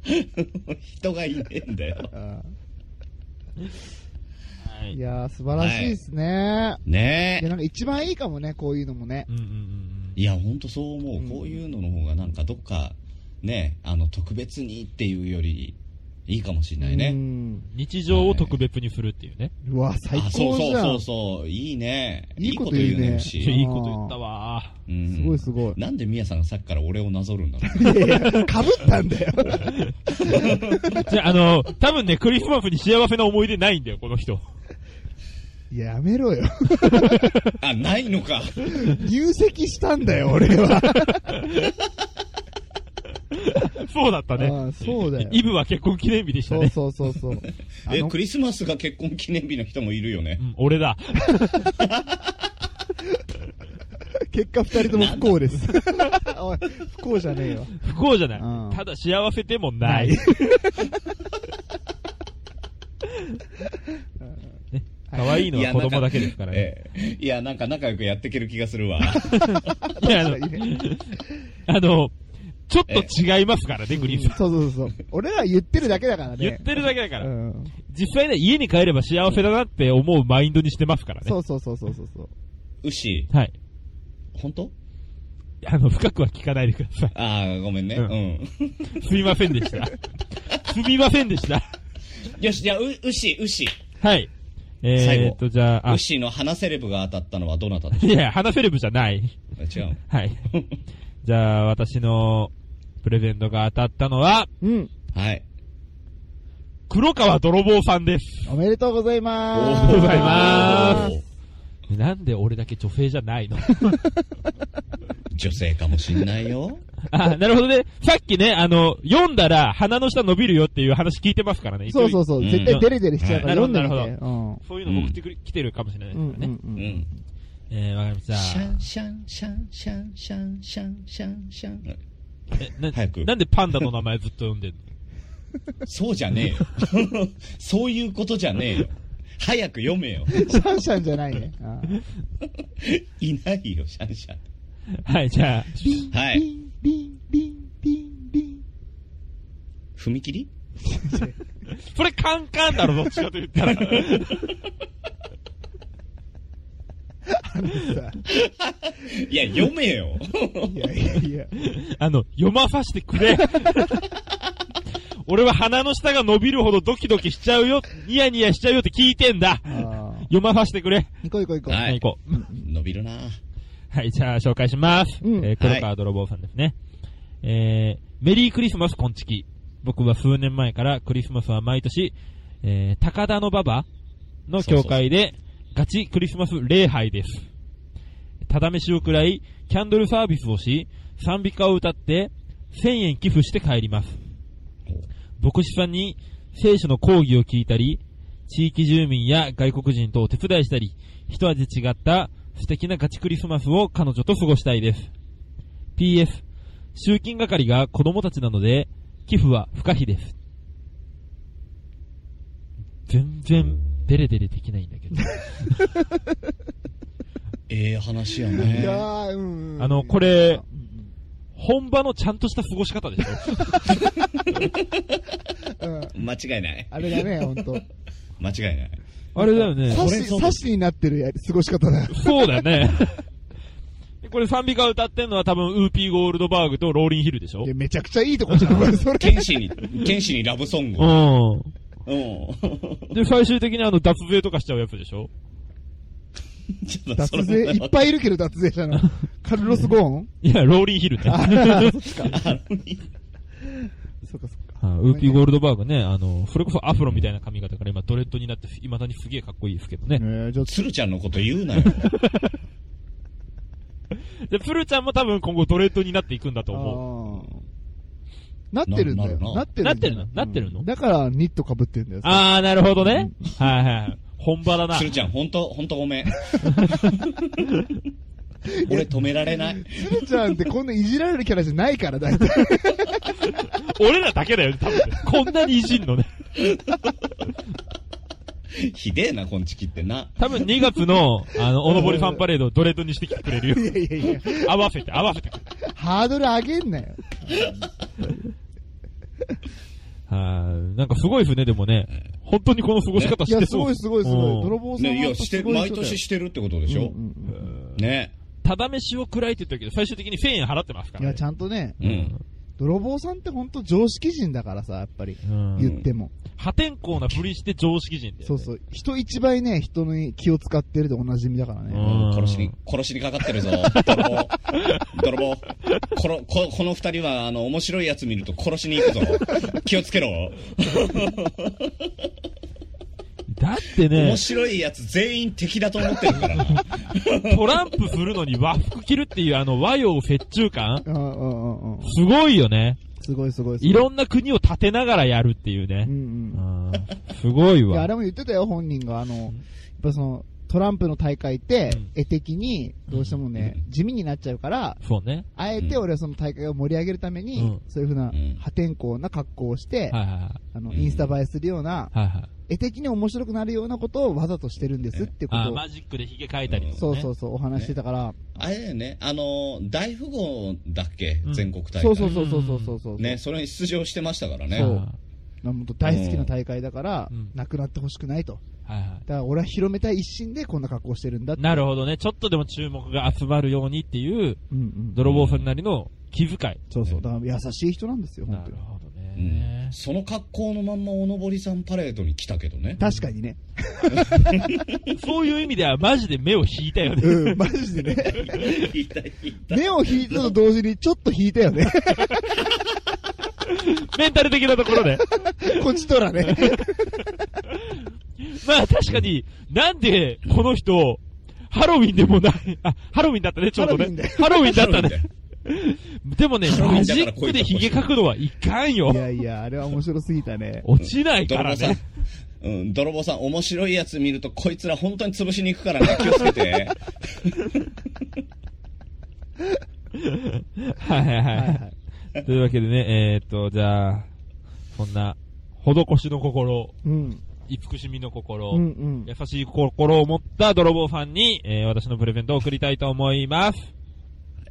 S1: 人がいねえんだよ。
S3: はい
S2: いやー、素晴らしいですね。
S1: ね
S2: いや、
S1: え。
S2: なんか一番いいかもね、こういうのもね。
S3: うんうんうん
S1: いや、ほんとそう思う。
S2: うん
S1: こういうのの方がなんかどっか、ねあの、特別にっていうより、いいかもしれない
S2: ね。
S1: ね。
S3: うん。日常を特別にするっていうね。
S2: うわ、最
S1: あ、そう
S2: 高
S1: そう
S2: じゃ
S1: そ
S2: ん
S1: う。そう。いいね。
S2: いいこと
S1: い
S2: 言うね
S1: い
S3: い
S1: 牛
S3: やいいこと言ったわ
S1: うん
S2: すごいすごい
S1: なんでみやさんがさっきから俺をなぞるんだろう。
S2: いやいや、かぶったんだよ。
S3: じゃあ、あの、多分ね、クリスマスに幸せな思い出ないんだよ、この人。
S2: やめろよ。
S1: あ、ないの か。
S2: 入籍したんだよ、俺は。
S3: そうだったね。
S2: ああそうだよ
S3: イブは結婚記念日でした
S2: そう
S3: ね。
S2: そうそうそう。あ
S1: え、
S2: の
S1: クリスマスが結婚記念日の人もいるよね
S3: う。ん、俺だ。
S2: 結果二人とも不幸です。 おい、不幸じゃねえよ。
S3: 不幸じゃない。
S2: うん
S3: ただ幸せでもない。
S2: な
S3: ね可愛いのは子供だけですからね。
S1: ええいや、なんか仲良くやっていける気が するわ。
S3: いや、あ
S2: 確かに
S3: の、あのちょっと違いますからね、グリーンさん。
S2: そうそうそうそう。俺らは言ってるだけだからね。
S3: 言ってるだけだから。
S2: うん。
S3: 実際ね、家に帰れば幸せだなって思うマインドにしてますからね。
S2: そうそうそうそうそうそう。
S1: 牛、
S3: はい。
S1: 本当
S3: あの、深くは聞かないでくださ
S1: ああ、ごめんね。
S3: う
S1: うん。
S3: い。すみませんで した。すみませんでした。
S1: よし、じゃあ、う牛、牛。
S3: はい。えー、っと、じゃあ、あ、い
S1: 牛の花セレブが当たったのはどなたでし
S3: や、花セレブじゃない。
S1: ょう違うの。
S3: はい。じゃあ、私のプレゼントが当たったのは、
S2: うん。
S1: はい。。
S3: 黒川泥棒さんです。
S2: おめでとうございます。
S3: おめでとうございますなんで俺だけ女性じゃないの
S1: 女性かもしんないよ。
S3: あ、なるほどね。さっきね、あの、読んだら鼻の下伸びるよっていう話聞いてますからね。。
S2: そうそううそう、
S1: うん
S2: 絶対デレデレしちゃうから読
S3: はい
S2: んでみて。
S3: なる
S2: うん。
S3: そういうのも送ってくる、来てるかもしれないで
S2: うん
S3: すか
S2: う
S3: らね。
S2: んう。
S1: うんん。
S3: えー、わかりまし
S1: シャ
S3: た
S1: ン。シャンシャンシャンシャンシャンシャンシャン。
S3: え、な、
S1: 早く
S3: なんでパンダの名前ずっと呼んでんの
S1: そうじゃねえよ。そういうことじゃねえよ。早く読めよ。
S2: シャンシャンじゃないね。あ
S1: いないよ、シャンシャン。
S3: はい、じゃあ、
S2: ビン、
S1: はい
S2: ビン、ビン、ビン、ビン、ビン。
S1: 踏切
S3: それカンカンだろ、どっちかと言 ったら。
S2: あのさ、
S1: いや、読めよ。
S2: いやいやいや。
S3: あの、読まさせてくれ。俺は鼻の下が伸びるほどドキドキしちゃうよ、ニヤニヤしちゃうよって聞いてんだ。
S2: あ
S3: 読まさせてくれ。
S2: ー行こう行こう行こう。
S1: はい
S3: はい、行こう。
S1: 伸びるな
S3: はい、じゃあ紹介します。
S2: うん
S3: えー黒川泥棒さんですね。えー、メリークリスマスこんちき。僕は数年前からクリスマスは毎年、えー、高田の馬場の教会でガチクリスマス礼拝です。ただ飯を食らい、キャンドルサービスをし、賛美歌を歌って、1000円寄付して帰ります。牧師さんに聖書の講義を聞いたり、地域住民や外国人とお手伝いしたり、一味違った素敵なガチクリスマスを彼女と過ごしたいです。PS、集金係が子供たちなので、寄付は不可避です。全然、デレデレできないんだけど。
S1: ええ話や
S2: い
S1: ね。
S2: やーうんうん。
S3: あのこ
S2: う
S3: れ
S2: んうん
S3: 本場のちゃんとした過ごし方でしょ
S2: うん
S1: 間違いない。
S2: あれだね、ほんと。
S1: 間違いない。
S3: あれだよ
S2: サ
S3: ね。
S1: これ
S2: シ、
S1: そう
S2: サシになってるや過ごし方だよ。
S3: そうだよね。でこれ賛美歌歌ってんのは多分ウーピーゴールドバーグとローリンヒルでしょ
S2: いやめちゃくちゃいいとこじゃん、これそれ。
S1: 剣士に、剣士にラブソング。
S3: うん。
S1: うん。
S3: で、最終的にあの、脱税とかしちゃうやつでしょ
S1: ちょっとそ
S2: 脱
S1: れ
S2: 税、いっぱいいるけど脱税者 の。カルロス・ゴーン
S3: いや、ローリンヒル ね。
S2: あ
S3: あ
S2: ー、そっちか。
S1: あのい
S2: そっかそっか。
S3: ウーピーゴールドバーグね、あの、それこそアフロみたいな髪型から今ドレッドになって、未だにすげえかっこいいですけど
S2: え
S3: ね。
S2: ー、じゃあ
S1: 鶴ちゃんのこと言うなよ。
S3: で、プルちゃんも多分今後ドレッドになっていくんだと思
S2: あー
S3: う。
S2: なってるんだよ。
S1: な
S2: な
S1: な
S2: ってるんだよ。
S3: なってるのなってるの
S2: うんだから、ニット被ってるんだよ。
S3: あー、なるほどね。はいはい。本場だな。
S1: 鶴ちゃん、ほんと、ほんとごめん。 俺止められない。
S2: つるちゃんってこんないじられるキャラじゃないから、大体。
S3: 俺らだけだよね、多分。こんなにいじんのね。
S1: ひでえな、こんちきってな。
S3: 多分2月 の、あの、おのぼりファンパレードをドレッドにしてきてくれるよ。
S2: いやいやいや、
S3: 合わせて、合わせてくる。
S2: ハードル上げんなよ。
S3: はい。なんかすごいですね、でもね。本当にこの過ごし方
S2: い
S3: し
S2: や、
S3: て
S2: す
S3: そう。
S2: ごいすごいすごい。
S3: うん
S2: 泥棒さん
S1: ね、
S2: はい
S1: や、して、毎年してるってことでしょ
S2: うんうんうん
S1: ね。
S3: ただ飯を食らいって言ったけど、最終的に1000円払ってますか
S2: い
S3: ら、
S2: や、
S3: ね。
S2: ちゃんとね、
S1: うん。
S2: 泥棒さんってほんと常識人だからさ、やっぱり。
S3: うん
S2: 言っても。
S3: 破天荒なふりして常識人で。
S2: そうそう。人一倍ね、人に気を使ってるでおなじみだからね。
S3: うん
S1: 殺しに、殺しにかかってるぞ。泥棒。泥棒。この、ここの二人は、あの、面白いやつ見ると殺しに行くぞ。気をつけろ。
S3: だってね
S1: 面、白いやつ全員敵だと思ってるからな。
S3: トランプするのに和服着るっていうあの和洋折衷感
S2: うんうんうんうん。
S3: すごいよね。
S2: すごいすごいすごい。
S3: いろんな国を立てながらやるっていうね
S2: うん。うん。
S3: あーすごい
S2: いや、あ
S3: わ。
S2: れも言ってたよ、本人が。あの、やっぱその、トランプの大会って
S3: うん、
S2: 絵的に、どうしてもね、地味になっちゃうから、
S3: そうね。
S2: あえて俺はその大会を盛り上げるために、
S3: うん
S2: そういうふうな
S1: うん
S2: 破天荒な格好をして、
S3: はいはい
S2: あの、
S1: うん
S2: インスタ映えするような、
S3: はい。はいはい
S2: 絵的に面白くなるようなことをわざとしてるんですってこ
S3: あ
S2: と
S3: ー
S2: を、
S3: マジックで髭描いたりとか、ね。
S2: そうそうそう、お話してたから、
S1: あれだよね、あの、大富豪だっけ、
S3: うん
S1: 全国大会。
S2: そうそうそうそうそうそうそう、
S1: ね、それに出場してましたから
S3: あ
S1: ね。
S3: ー
S2: そう本当大好きな大会だから、
S3: うん
S2: なくなってほしくないと。
S3: はいは
S2: だから俺は広めたい一心でこんな格好してるんだっ
S3: い。
S2: て。
S3: なるほどね。ちょっとでも注目が集まるようにっていう、
S2: うんうん。
S3: 泥棒さんなりの気遣い。
S2: そうそう。だから優しい人なんですよ、本
S3: な
S2: 当
S3: る
S2: に。
S3: ほど
S1: うん
S3: ね。
S1: その格好のまんまおのぼりさんパレードに来たけ どね。
S2: 確かにね。
S3: そういう意味ではマジで目を引いたよね。
S2: うん、マジでね。
S1: 引いた引いた
S2: 目を引いたと同時にちょっと引いたよね。
S3: メンタル的なところで。
S2: こっちとらね。
S3: まあ確かに、なんでこの人、ハロウィンでもない、あ、ハロウィンだったね、ちょうどね。ハロウィンだったね。でもね、
S1: ハロウィ
S3: マ
S1: ンだ
S3: ジ
S1: から
S3: ックで髭描くのはいかんよ
S2: い。やいや、あれは面白すぎたね。
S3: 落ちないか
S1: 泥
S3: ら
S1: 棒さん
S3: ね。。
S1: うん、泥棒さん、面白いやつ見ると、こいつら本当に潰しに行くからね、気をつ けて。
S3: はいはい
S2: はい
S3: は
S2: はい。
S3: い。というわけでね、えーっと、じゃあ、そんな、施しの心、
S2: うん。
S3: 慈しみの心、
S2: うんうん。
S3: 優しい心を持った泥棒さんに、えー私のプレゼントを送りたいと思います。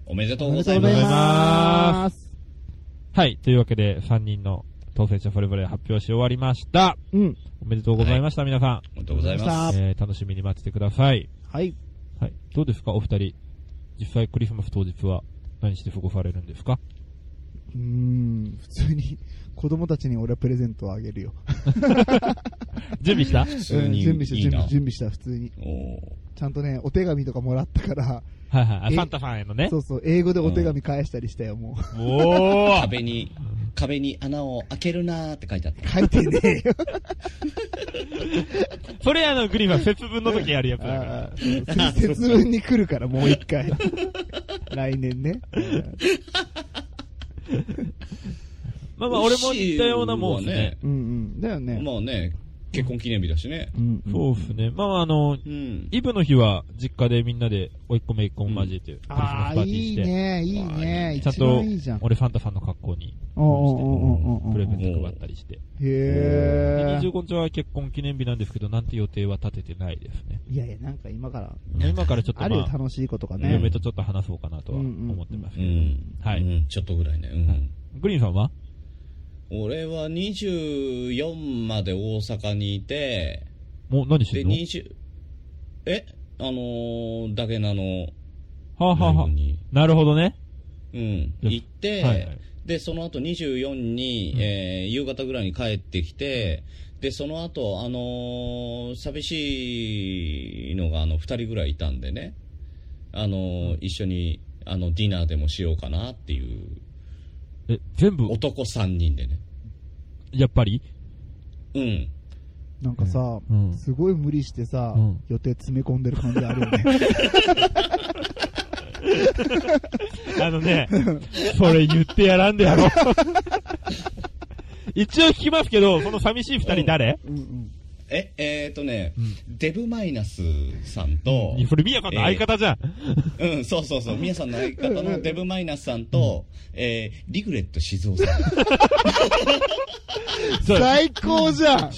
S1: おめでと
S2: お
S1: う
S2: め
S1: ご
S2: でと
S1: ざ
S2: うご
S1: いま
S2: ざい
S1: す。
S2: ま。
S3: ますはい。というわけで、3人の当選者それぞれ発表し終わりました。
S2: うん。
S3: おめでとうございました、皆さ
S1: おめでとうござい
S2: あ
S1: ます。
S3: ん、えー楽しみに待っててください。
S2: はい。
S3: はい。どうですか、お二人。実際クリスマス当日は何して過ごされるんですか
S2: うーん。普通に、子供たちに俺はプレゼントをあげるよ。
S3: 準備した
S1: 普
S2: う
S1: 通
S2: ん
S1: に
S2: 準備した、
S1: いい
S2: 準
S1: な
S2: 備、。準備した、普通に。
S1: おー
S2: ちゃんとね、お手紙とかもらったから、
S3: はいはい。あ
S2: え
S3: サンタさんへのね
S2: そ。うそう、英語でお手紙返したりしたよ、もう。
S3: おー
S1: 壁に、壁に穴を開けるなーって書いてあった。
S2: 書いてねえ よ。
S3: それあの、グリーンは節分の時やるやつだから。
S2: ああ そう節節分に来るから、もう一回。来年ね。
S3: まあまあ、俺も似たようなもんですね。
S2: うんうん。だよね。
S1: まあね、結婚記念日だしね。
S2: うんうん
S3: そうですね。まああの、
S1: うん。
S3: イブの日は実家でみんなで、おいっ子めいっ子も交えて、クリスマス
S2: あ
S3: パーテ
S2: あ、
S3: ィー
S2: い
S3: し
S2: い
S3: て、
S2: ね、いいね。
S3: ちゃん
S2: 一
S3: と
S2: 番いいじゃん。
S3: 俺サンタさんの格好に、
S2: おおおおお
S3: プレ
S2: へ
S3: ゼント配ったりして。で
S2: え。
S3: 25日は結婚記念日なんですけど、なんて予定は立ててないですね。
S2: いやいや、なんか今から、
S3: 今からちょっと
S2: あるよ、
S3: まあ、
S2: 楽しいことが
S1: うん
S2: ね
S3: 嫁。とちょっと話そうかなとは思ってます
S1: う
S3: けど。
S1: ん。
S3: はい
S1: うんちょっとぐらいね。うん。
S3: グリーンさんは
S1: 俺は24まで大阪にいて、
S3: もう何して
S1: で、
S3: んの
S1: 20、えあのー、だけなの、
S3: はあ、はあは
S1: ライブに
S3: あ、なるほどね。
S1: うん、
S3: うん
S1: 行って、
S3: はいはい
S1: で、その後24に、えー夕方ぐらいに帰ってきて、で、その後、あのー寂しいのが、あの、二人ぐらいいたんでね、あのー一緒に、あの、ディナーでもしようかなっていう、
S3: え、全部、
S1: 男三人でね。
S3: やっぱり
S1: うん。
S2: なんかさ
S3: うん、
S2: すごい無理してさ
S3: うん、
S2: 予定詰め込んでる感じあるよね。
S3: あのね、それ言ってやらんでやろう。一応聞きますけど、その寂しい二人誰、
S2: うんうん
S1: え、えー、とね、
S3: うん
S1: デブマイナスさん と、
S3: それ、みやさんの相方じゃん。
S1: うん、そうそうそう、皆さんの相方のデブマイナスさんと、えー、リグレット静 雄さん。
S3: そう
S2: 最高じゃん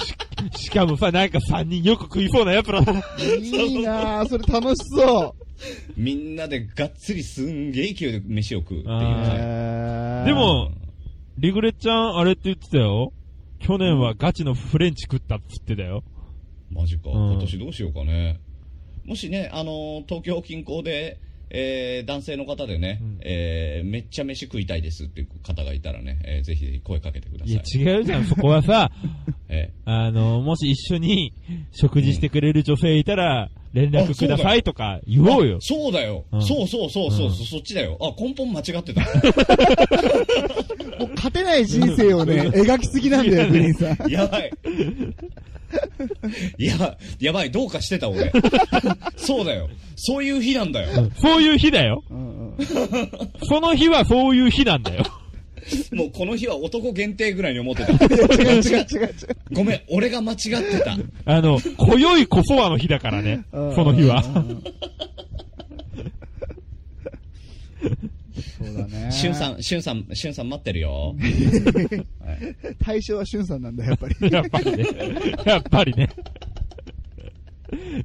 S3: しかもさ、なんか三人よく食いそうなやつらだな。
S2: いいなあそれ楽しそ
S1: みんなでがっつりすんげえ勢いで飯を食うっていう
S2: う。
S1: ね。
S2: へー
S3: でも、リグレちゃん、あれって言ってたよ。去年はガチのフレンチ食ったっつってたよ。
S1: マジか。
S3: ん
S1: 今年どうしようかね。もしね、あのー、東京近郊で、えー、男性の方でね、
S3: うん
S1: えー、めっちゃ飯食いたいですっていう方がいたらね、えー、ぜひぜひ声かけてくださ
S3: い
S1: い。
S3: や、違うじゃん、そこは さ、
S1: え
S3: あの、もし一緒に食事してくれる女性いたら、連絡くださいとか言おう
S1: ー
S3: よ。
S1: そうだよ、
S3: うん
S1: そうそうそうそう、
S3: うん
S1: そっちだよ。あ、根本間違ってた。
S2: もう勝てない人生をね、描きすぎなんだよ、グリーンさん。
S1: やばい。いや、やばい、どうかしてた、俺。 そうだよ。そういう日なんだよ。
S3: そういう日だよ。
S2: うんうん
S3: その日はそういう日なんだよ。
S1: もうこの日は男限定ぐらいに思ってた。
S2: 違う違う違う違う。
S1: ごめん、俺が間違ってた。
S3: あの、今宵こそはの日だからね、そ
S2: うん
S3: の日は。
S2: そうだね。
S1: しゅんさん、しゅんさん、しゅんさん待ってるよ。
S2: 対象はしゅんさんなんだ、やっぱり。
S3: やっぱりね。やっぱりね。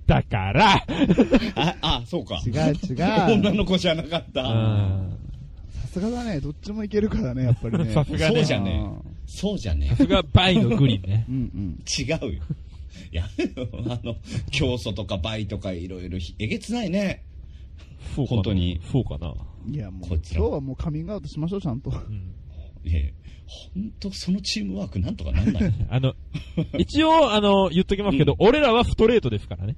S3: だから、
S1: あ、あ、そうか。
S2: 違う違う。
S1: 女
S2: さ
S1: の子じゃなかった。
S3: うん
S2: すがだね、どっちもいけるからね、やっぱりね。
S3: さすがね
S1: そうじゃねそうじゃね
S3: さすがバイのグリーンね
S2: う。んうん。
S1: 違うよ。 いや、あの、教祖とか倍とかいろいろひ、えげつないね。
S3: そうかな
S1: 本当に
S3: そうかな。
S2: いや、もう、
S1: こ
S2: 今
S1: いつ
S2: 日
S1: ら
S2: はもうカミングアウトしましょう、ちゃんと。
S3: うん
S1: いやいやほんとそのチームワークなんとかなんない。
S3: あ の、一応、あの、言っときますけど、俺らはストレートですからね。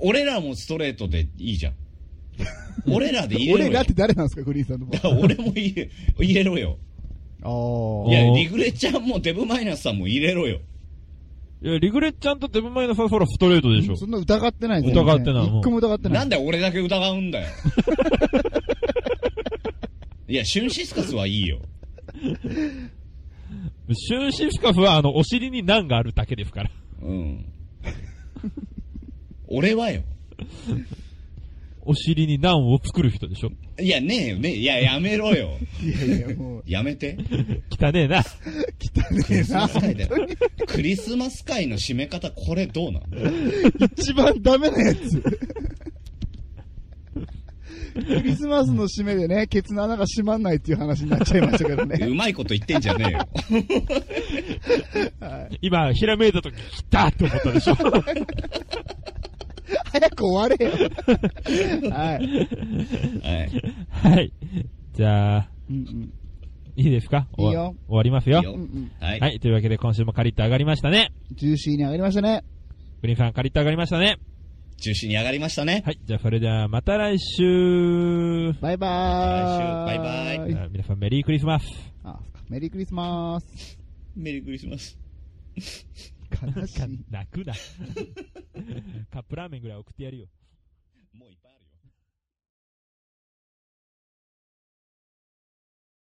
S1: 俺らもストレートでいいじゃん。俺らで入れろ
S2: 俺
S1: よ。
S2: らって誰なんですか、グリーンさんの場合。
S1: 俺も入れ入れろよ。
S2: あー
S1: いや、
S3: おー
S1: リグレちゃんもデブマイナスさんも入れろよ。
S3: いや、リグレッちゃんとデブマイナスはそらストレートでしょ。
S2: そんな疑ってないですよ
S3: 疑ってないもう
S2: 一個も疑ってな
S1: ないん。で俺だけ疑うんだよ。いや、シュンシスカスはいいよ。
S3: シュンシスカフは、あの、お尻に難があるだけですから。
S1: うん。俺はよ。
S3: お尻に難を作る人でしょ。
S1: いや、ねえよねえ。いや、やめろよ。
S2: いやいや、もう、
S1: やめて。
S3: 汚ねえな。
S1: クリスマス会だよ。クリスマス会の締め方、これどうなの
S2: 一番ダメなやつ。 クリスマスの締めでね、ケツの穴が閉まんないっていう話になっちゃいましたけどね。
S1: うまいこと言ってんじゃねえよ。
S3: 今、ひらめいた時、来たって思ったでしょ。
S2: 早く終 われよ。はい。
S1: はい。
S3: はい。じゃあ、
S2: うんうん
S3: いいですか
S2: いいよ
S3: 終わ終わりますよ
S1: いいよ
S2: うんうん
S1: はい。
S3: はい。というわけで、今週もカリッと上がりましたね。
S2: ジューシーに上がりましたね。
S3: グリーンさん、カリッと上がりましたね。
S1: 中止に上がりましたね。
S3: はい。じゃあ、それでは、また来週。
S2: バイバーイ。
S1: また来週バイバ
S3: じゃあ皆さん、メリークリスマス。
S2: あ、そっかメリークリスマス。
S1: メリークリスマス。
S2: 悲しい。
S3: 泣くな。カップラーメンぐらい送ってやるよ。
S1: もういっぱい。